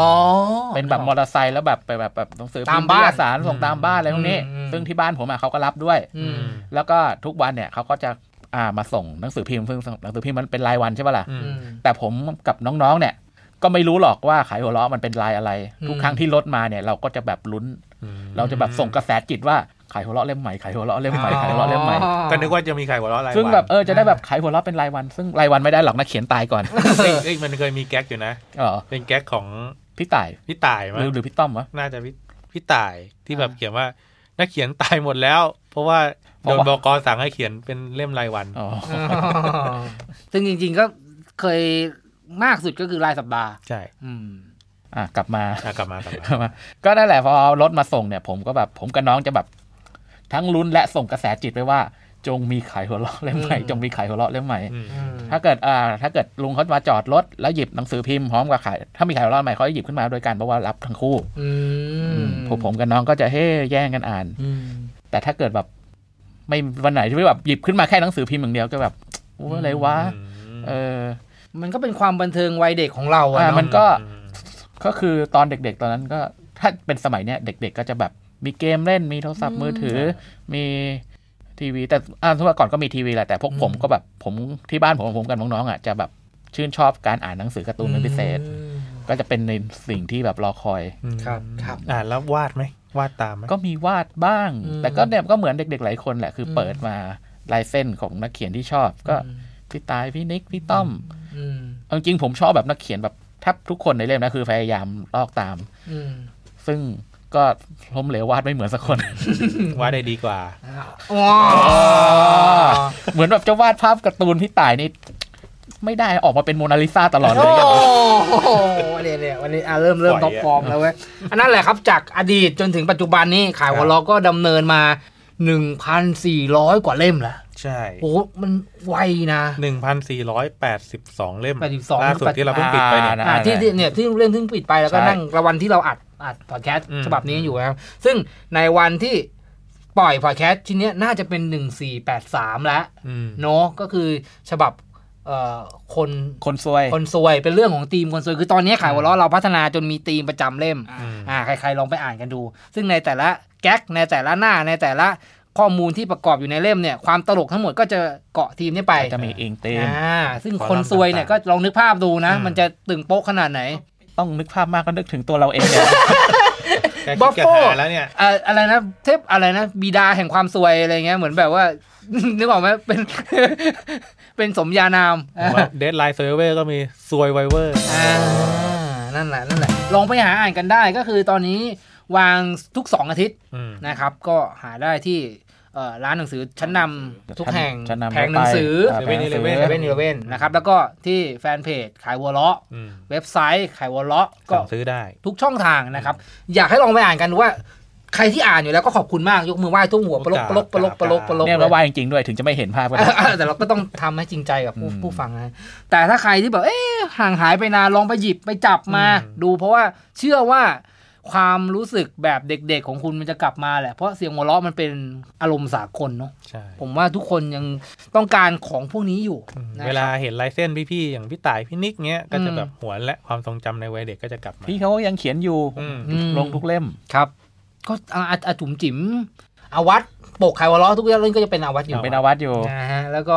S4: เป็นแบบมอเตอร์ไซค์แล้วแบบไปแบบแบบหนังสือพิ
S2: ตาม
S4: พ์
S2: บ้าน
S4: สารส่งตามบ้านอะไรพวกนี้
S2: อืมอืม
S4: ซึ่งที่บ้านผมอ่ะเขาก็รับด้วย
S2: อืม
S4: แล้วก็ทุกวันเนี่ยเขาก็จะอ่ามาส่งหนังสือพิมพ์ซึ่งหนังสือพิมพ์มันเป็นรายวันใช่ปะล่ะ
S3: อื
S2: อื
S3: ม
S2: ม
S4: แต่ผมกับน้องๆ เนี่ย ก็ไม่รู้หรอกว่าขายหัวเราะมันเป็นลายอะไร ทุก
S2: อืม
S4: ครั้งที่รถมาเนี่ยเราก็จะแบบลุ้น
S3: อืม
S4: เราจะแบบส่งกระแสจิตว่าขายหัวเราะเล่มใหม่ขายหัวเราะเล่มใหม่ขายหัวเราะเล่มใหม่
S3: ก็นึกว่าจะมีใครหัวเราะอะไร
S4: ซึ่งแบบเออจะได้แบบขายหัวเราะเป็นรายวัน ซึ่งรายวันไม่ได้หรอกนะเขียนตายก่อน
S3: เอ้ยเอ้ยมันเคยมีแก๊กอยู่นะ
S4: เออ
S3: เป็นแก๊กของ
S4: พี่ต่าย
S3: พี่ต่าย
S4: ห
S3: มั้
S4: รื
S3: ง
S4: อหรือพี่ต้อมวะ
S3: น่าจะพี่พี่ต่ายที่แบบ
S2: อ่า
S3: เขียนว่านักเขียนตายหมดแล้ว เพราะว่า
S4: เพ
S3: โด
S4: ราะ
S3: น
S4: ว่า
S3: บกสั่งให้เขียนเป็นเล่มรายวัน
S4: อ๋อ
S2: อ๋อซึ่งจริงๆก็เคยมากสุดก็คือรายสัปดาห์
S3: ใช่
S2: อืม
S4: อ่ะกลับมา
S3: อ่ะกลับมากลับมา
S4: ก็นั่นแหละพอเอารถมาส่งเนี่ยผมก็แบบผมกับน้องจะแบบ ทั้งลุ้นและส่งกระแสจิตไปว่า จงมีขายหัวเราะเล่มใหม่
S2: อืม
S4: จงมีขายหัวเราะเล่มใหม่
S3: อืม
S4: ถ้าเกิดอ่าถ้าเกิดลุงเขามาจอดรถแล้วหยิบหนังสือพิมพ์พร้อมกับขายถ้ามีขายหัวเราะใหม่เขาจะหยิบขึ้นมาโดวยกันเพราะว่ารับทั้งคู่
S2: อื
S4: อื
S2: ม
S4: มผมผมกับน้องก็จะเฮ้แย่งกันอ่าน
S2: อืม
S4: แต่ถ้าเกิดแบบไม่วันไหนที่ไม่แบบหยิบขึ้นมาแค่หนังสือพิมพ์อย่างเดียวก็แบบโอ้อะไรวะเออ
S2: มันก็เป็นความบันเทิงวัยเด็กของเราอะ
S4: อ่ะ
S2: เนาะ
S4: มันก็ก็คือตอนเด็กๆ ตอนนั้นก็ถ้าเป็นสมัยเนี้ยเด็ก ๆ ก็จะแบบมีเกมเล่นมีโทรศัพท์มือถือ มีทีวี แต่อ่าทุกวันก่อนก็มีทีวีแหละแต่พวกผมก็แบบผมที่บ้านผมผมกับน้องๆอ่ะจะแบบชื่นชอบการอ่านหนังสือการ์ตูนเป็นพิเศษ
S2: อืม
S4: ก็จะเป็นในสิ่งที่แบบรอคอย
S3: อืม
S2: ครับครับ
S3: อ่านแล้ววาดไหมวาดตามไหม
S4: ก็มีวาดบ้าง
S2: อืม
S4: แต่ก็เนี่ยก็เหมือนเด็ก ๆ หลายคนแหละคืออ
S2: ม
S4: เปิดมาลายเส้นของนักเขียนที่ชอบก็ พี่ตายพี่นิกพี่ต้อม
S2: อืม
S4: เอาจริงผมชอบแบบนักเขียนแบบแทบทุกคนในเล่มนะคือพยายามลอกตาม
S2: อืม
S4: ซึ่งก็ล้มเหลววาดไม่เหมือนสัก คน
S3: วาดได้ดีกว่า
S2: ว้า
S4: เหมือนแบบจะวาดภาพการ์ตูนพี่ตายนี่ไม่ได้ออกมาเป็นโมนาลิซาตลอดเลยอ
S2: โอ้
S4: ย่าง
S2: โหเนี่ยเนี่ยวันนี้อ่ะเริ่มเริ่ม
S3: ปล่
S2: ท็
S3: อ
S2: อย ป
S3: อะ
S2: ฟอร์มแล้วเว้ยอันนั้นแหละครับจากอดีตจนถึงปัจจุบันนี้ขายหัวเราะก็ดำเนินมา 1,400 กว่าเล่มแล้ว
S3: ใช่
S2: โอ้โหมันไวนะ
S3: หนึ่งพันสี่ร้อยแปดสิบสองเล่ม
S2: 82
S3: ล่าสุดที่เราเพิ่งปิดไปเนี่ย
S2: อ่ะที่ที่เนี่ยที่เรื่องที่ปิดไปแล้วก็
S3: ใช่
S2: นั่งระวันที่เราอัดอัดพอดแคสต์
S3: อืม
S2: ฉบับนี้อยู่นะครับซึ่งในวันที่ปล่อยพอดแคสต์ชิ้นเนี้ยน่าจะเป็น 1483 แล้ว
S3: อืม
S2: เนาะก็คือฉบับเอ่อคน
S4: คนซวย
S2: คนซวยเป็นเรื่องของธีมคนซวยคือตอนนี้ขายหัวเราะเราพัฒนาจนมีธีมประจำเล่ม
S3: อืม
S2: อ่าใครๆลองไปอ่านกันดู ซึ่งในแต่ละแก๊กในแต่ละหน้าในแต่ละ ข้อมูลที่ประกอบอยู่ในเล่มเนี่ยความตลกทั้งหมดก็จะเกาะทีมนี้ไป
S4: จะมีอิงเต็ม
S2: อ่าซึ่ง
S3: ค
S2: ค
S3: อลัมน์
S2: นซวยเนี่ยก็
S3: ต่างๆ
S2: ลองนึกภาพดูนะ
S3: อืม
S2: มันจะตึงโป๊ะขนาดไหน
S4: ต้องนึกภาพมากก็นึกถึงตัวเราเองเนี่ย
S3: แกคิด
S2: บัฟ
S3: แก
S2: โฟ่
S3: หาแล้วเนี่ย
S2: อ่าอะไรนะเทพอะไรนะบิดาแห่งความซวยอะไรเงี้ยเหมือนแบบว่า นึกออกไหมเป็น เป็นสมญานาม
S3: เดดไลน์เซอร์เวอร์ก็มีซวยไวเวอร์
S2: อ่า นั่นแหละ นั่นแหละ ลองไปหาอ่านกันได้ก็คือตอนนี้วางทุก 2 อาทิตย์นะครับ ก็หาได้ที่เอ่อร้านหนังสือชั้นนำทุกแห่ง
S4: ชั้นนำ
S2: แผงหนังสือ
S4: ทั่วไปอ่าแผงหนังสือ
S2: เซ
S3: เซเว่
S2: เว่
S3: น
S2: น
S3: อี
S2: อี
S3: เล
S2: เล
S3: ฟเว่
S2: เว่
S3: น
S2: นนะครับ แล้วก็ที่แฟนเพจขายวัวเลาะเว็บไซต์ขายวัวเลาะก็
S3: สั่งซื้อได้
S2: ทุกช่องทางนะครับ อยากให้ลองไปอ่านกันดูว่าใครที่อ่านอยู่แล้วก็ขอบคุณมากยกมือไหว้ทุ่มหัวปลกปลกปลกปลกปลก
S4: เนี่ยระวายจริงๆด้วยถึงจะไม่เห็นภาพก็ได้
S2: อ่ะแต่เราก็ต้องทำให้จริงใจกับผู้
S4: อืม
S2: ผู้ฟังนะ แต่ถ้าใครที่แบบเอ๊ะห่างหายไปนานลองไปหยิบไปจับมา
S3: อืม
S2: ดูเพราะว่าเชื่อว่าความรู้สึกแบบเด็กๆของคุณมันจะกลับมาแหละ เพราะเสียงหัวเราะมันเป็นอารมณ์สากลเนาะ
S3: ใช่
S2: ผมว่าทุกคนยังต้องการของพวกนี้อยู่
S3: อืม
S2: นะครับ
S3: เวลาเห็นลายเส้นพี่ๆอย่างพี่ต่ายพี่นิกเงี้ยก็จะ
S2: อืม
S3: แบบหวนและความทรงจำในวัยเด็กก็จะกลับมา
S4: พี่เขายังเขียนอยู่
S3: อืม
S2: อืม
S4: ลงทุกเล่ม
S2: ครับ ก็อาอาอาจุ๋มจิ๋มอาวัตปกขายหัวเราะทุกเรื่องก็จะเป็นอาวัตอยู่
S4: เป็นอาวัตอยู่
S2: นะฮะแล้วก็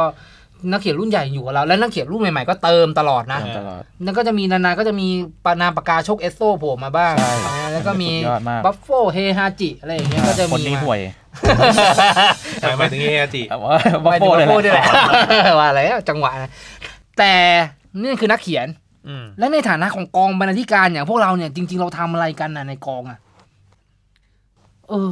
S2: นักเขียนรุ่นใหญ่อยู่กับเรา และนักเขียนรุ่นใหม่ๆก็เติมตลอดนะ
S4: ตลอด
S2: นั่นก็จะมีนานๆก็จะมีปานามปากกาโชคเอสโซโผล่มาบ้าง
S4: ใช่
S2: นะแล้วก็มี
S4: สุดยอดมาก
S2: บัฟโฟเฮฮาจิอะไรอย่างเงี้ยก็จะมี
S4: คนนี้ห่วย
S3: หมายหมายถึงเฮียจิ
S4: เอาว่าบั
S2: บั
S4: ฟ
S2: ฟ
S4: โฟ
S2: โฟ
S4: เลย
S2: นี่
S4: แห
S2: แห
S4: ละ
S2: ละ ว่าอะไรอะจังหวะนะแต่นี่คือนักเขียน
S3: อืม
S2: และในฐานะของกองบรรณาธิการอย่างพวกเราเนี่ยจริง ๆ เราทำอะไรกันนะในกองอ่ะเออ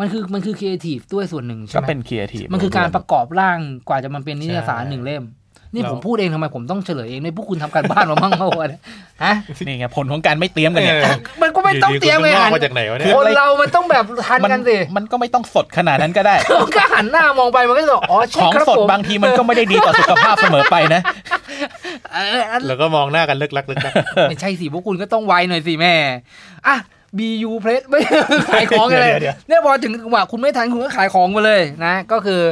S2: มันคือมันคือครีเอทีฟด้วยส่วนหนึ่งใช่
S4: ก็
S2: ไหม
S4: เป็นครีเอทีฟ
S2: มันคือการประกอบร่างกว่าจะมันเป็นนิตยสารหนึ่งเล่ม นี่
S3: เรา
S2: ผมพูดเองทำไมผมต้องเฉลยเองในพวกคุณทำการบ้านมาบ้างเมื่อวานยฮะ
S4: นี่ไงผลของการไม่เตรียมกันเนี่ย
S3: เออ
S2: มันก็ไม่ต้องเตรียมไง
S3: อ
S2: หัน
S3: ดีๆคุณมาจากไหนวะเนี่ย
S2: คนเรามันต้องแบบทันกันสิ
S4: มันก็ไม่ต้องสดขนาดนั้นก็ได้
S2: มันก็หันหน้ามองไปมันก็จะบอกอ๋อ
S4: ข
S2: ใช่
S4: อง
S2: ครับ
S4: สด
S2: ผม
S4: บางทีมันก็ไม่ได้ดีต่อสุขภาพเสมอไปนะ
S2: เอออัน
S3: แล้วก็มองหน้ากันเลิกลักเลิกลัก
S2: ไม่ใช่สิพวกคุณก็ต้องไวหน่อยสิแม่อ่ะ BU p r e s ไม่ ขายของกันเลย
S3: เดี๋ยวเดี๋ยว
S2: เนี่ยพอถึงจังหวะคุณไม่ทันคุณก็ขายของไปเลยนะ ก็คือ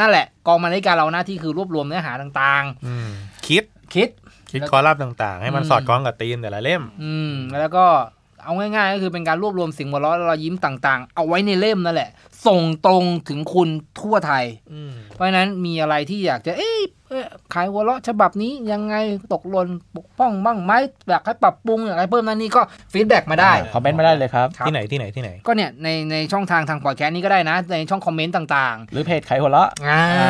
S2: นั่นแหละ กองบรรณาธิการเราหน้าที่คือรวบรวมเนื้อหาต่าง
S3: อืมคิด
S2: ๆ คิด
S3: คิด
S2: แล้ว
S3: คอลัมน์ต่างๆ ให้มัน
S2: อืม
S3: สอดคล้องกับธีมแต่ละเล่ม
S2: อืมแล้วก็เอาง่ายๆ ก็คือเป็นการรวบรวมเสิ่งหัวเราะและรอยยิ้มต่าง ๆ เอาไว้ในเล่มนั่นแหละ ส่งตรงถึงคุณทั่วไทย
S3: อืม
S2: เพราะฉะนั้นมีอะไรที่อยากจะ เอ้ยเอ้ยขายหัวเราะฉบับนี้ยังไงตกหล่นปกป้องบ้างไหมอยากให้ปรับปรุงอยากให้เพิ่มนั่นนี่ก็ฟีดแบ็กมาได้
S4: คอมเมนต์มาได้เลยครับ
S2: ครับ
S3: ที่ไหนที่ไหนที่ไหน
S2: ก็เนี่ยในในช่องทางทางพอดแคสต์นี้ก็ได้นะ ในช่องคอมเมนต์ต่าง
S4: หรือเพจไขหัวเราะ
S2: ๆอ่า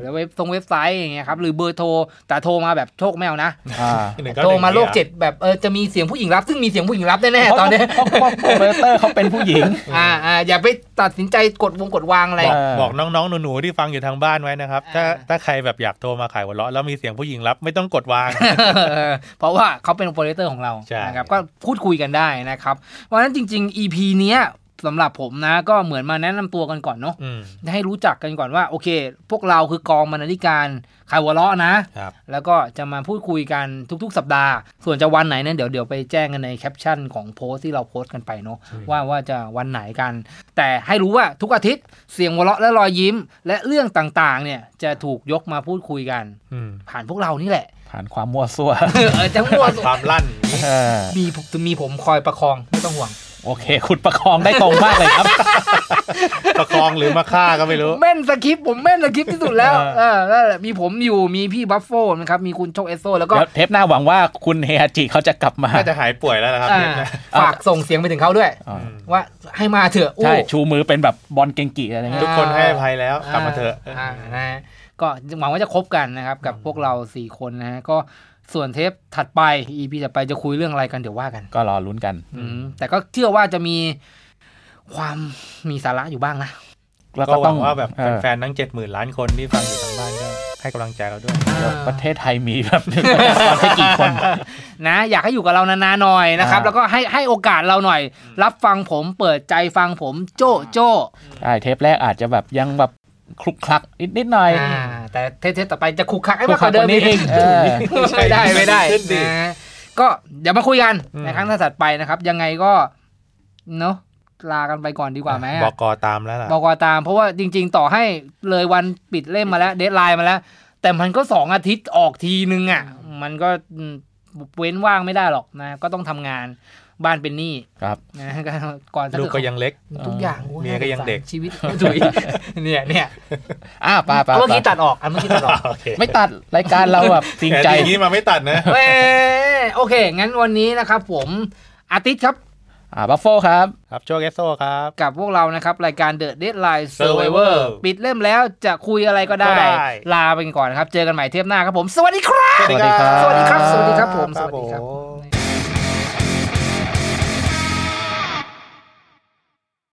S2: หรือเว็บตรงเว็บไซต์อย่างเงี้ยครับหรือเบอร์โทรแต่โทรมาแบบโชคแมวนะ
S4: อ่า
S2: โทรมาโลกเจ็ดแบบเออจะมีเสียงผู้หญิงรับ ซึ่งมีเสียงผู้หญิงรับแน่ๆตอนเนี้ย
S4: เพราะว่าโปรโมเตอร์เขาเป็นผู้หญิง
S2: อ่าอ่าอย่าไปตัดสินใจกดวงกดวางอะไร
S3: บอก
S4: เออ
S3: บอกน้องๆ หนูๆ ที่ฟังอยู่ทางบ้านไว้นะครับ ถ้า
S2: อ่า
S3: ถ้าใครแบบอยากโทรมาขายหัวเราะแล้วมีเสียงผู้หญิงรับไม่ต้องกดวาง
S2: เออ เพราะว่าเขาเป็นโปรดิวเตอร์ของเรา
S3: ใช่
S2: นะครับก็พูดคุยกันได้นะครับ เพราะฉะนั้นจริง ๆ EP เนี้ยสำหรับผมนะ ก็เหมือนมาแนะนำตัวกันก่อนเนาะ
S3: อืม
S2: ให้รู้จักกันก่อนว่า โอเค พวกเราคือกองบรรณาธิการขายหัวเราะนะ
S3: ครับ
S2: แล้วก็จะมาพูดคุยกันทุก ๆ สัปดาห์ ส่วนจะวันไหนนั้นเดี๋ยวเดี๋ยวไปแจ้งกันในแคปชั่นของโพสต์ที่เราโพสต์กันไปเนาะว่าว่าจะวันไหนกัน แต่ให้รู้ว่าทุกอาทิตย์เสียงหัวเราะและรอยยิ้ม และเรื่องต่างๆ เนี่ยจะถูกยกมาพูดคุยกัน
S3: อืม
S2: ผ่านพวกเรา นี่แหละ
S4: ผ่านความมั่วซั่ว
S2: เออจังหวะ
S3: ความลั่น
S4: เออ
S2: มีผมมีผมคอยประคองไม่ต้องห่วง
S4: โอเค คุณประคองได้ตรงมากเลยครับ
S3: ประคองหรือมาฆ่าก็ไม่รู้
S2: แม่นสคริปต์ผมแม่นสคริปต์ที่สุดแล้ว
S3: เอ
S2: เอ
S3: อ
S2: อนั่นแหละมีผมอยู่มีพี่บัฟโฟนะครับ มีคุณโชคเอสโซ แล้วก็
S4: เดี๋ยวเทปหน้าหวังว่าคุณเฮฮาจิเขาจะกลับมา
S3: น่าจะหายป่วยแล้วนะครับ
S2: อ่า
S3: เนี่ยนะ
S2: ฝากส่งเสียงไปถึงเขาด้วย
S4: อ๋อ
S3: อืม
S2: ว่าให้มาเถอะอู้
S4: ใช่ชูมือเป็นแบบบอลเกงกีอะไรเงี้ย
S3: ทุกคนให้อภัยแล้ว
S2: อ่
S3: กลับมาเถอะ
S2: านะฮะก็หวังว่าจะคบกันนะครับ กับพวกเราสี่คนนะฮะก็ส่วนเทปถัดไป EP ถัดไปจะคุยเรื่องอะไรกันเดี๋ยวว่ากัน
S4: ก็รอลุ้นกัน
S2: อืมแต่ก็เชื่อว่าจะมีความมีสาระอยู่บ้างนะ
S4: แล้ว
S3: ก็
S4: ก็
S3: ห
S4: ต้
S3: วั
S4: อง
S3: งว่าแบบ
S4: เออ
S3: แฟนๆทั้งเจ็ดหมื่นล้านคนที่ฟังอยู่ทางบ้านก็ให้กำลังใจเราด้วย
S4: ประเทศไทยมีแบบหนึ่งประเทศกี่คน
S2: นะอยากให้อยู่กับเรานานๆหน่อยนะครับ
S4: อ่า
S2: แล้วก็ให้ให้โอกาสเราหน่อย รับฟังผมเปิดใจฟังผมโจ้โจ้
S4: ใช่เทปแรกอาจจะแบบยังแบบคลุกคลักนิดนิดๆหน่อย
S2: อ่าแต่เทปต่อไปจะคุกคักให้
S4: คลุ
S2: มาก ก
S4: ค
S2: ก
S4: ลัก
S2: ว่าก เดิ
S4: ว่าม นี้
S2: อี
S4: อี
S2: ก
S4: กเออ
S2: ไม่ได้ไม่ได้
S3: ขึ้นดิ
S2: นะก็เดี๋ยวมาคุยกัน
S3: อืม
S2: ในครั้งถัดๆไปนะครับ ยังไงก็เนาะลากันไปก่อนดีกว่าไหม
S3: บอกกอตามแล้วล่ะ
S2: บอกว่าตาม เพราะว่าจริง ๆ ต่อให้เลยวันปิดเล่มมาแล้วเดทไลน์มาแล้ว แต่มันก็สองอาทิตย์ออกทีนึงอ่ะ มันก็อืมเว้นว่างไม่ได้หรอกนะ ก็ต้องทำงาน บ้านเป็นหนี้
S4: ครับ
S2: นะก็ก่อนจะ
S3: ลูกก็ยังเล็ก
S2: ทุกอย่างโอ้
S3: เมียก็ยังเด็ก
S2: น่าสสารชีวิต ถุยเนี่ยเนี่ย
S4: อ้าปาปา
S2: เอาเมื่อกี้ตัดออกอันเมื่อกี้ตัดออก
S3: โอเค
S4: ไม่ตัดรายการเราแบบจริง
S3: แต่
S4: ใจ
S3: อย่างนี้มาไม่ตัดนะ
S2: เว้ยโอเค งั้นวันนี้นะครับผมอาทิตย์ครับ
S4: อ่าบัฟโฟครับ
S3: ครับโชคเอสโซครับ
S2: กับพวกเรานะครับ รายการ The Deadline Survivor
S3: Survivor
S2: ปิดเล่มแล้วจะคุยอะไรก็ได้
S3: ก็ได้
S2: ลาไปก่อนครับ เจอกันใหม่เทปหน้าครับผม สวัสดีครับ
S4: สวัสดีครับ
S2: สวัสดีครับ สวัสดีครับผม
S3: ค
S2: ส
S3: รับ
S2: วัสดีครับ
S3: ผม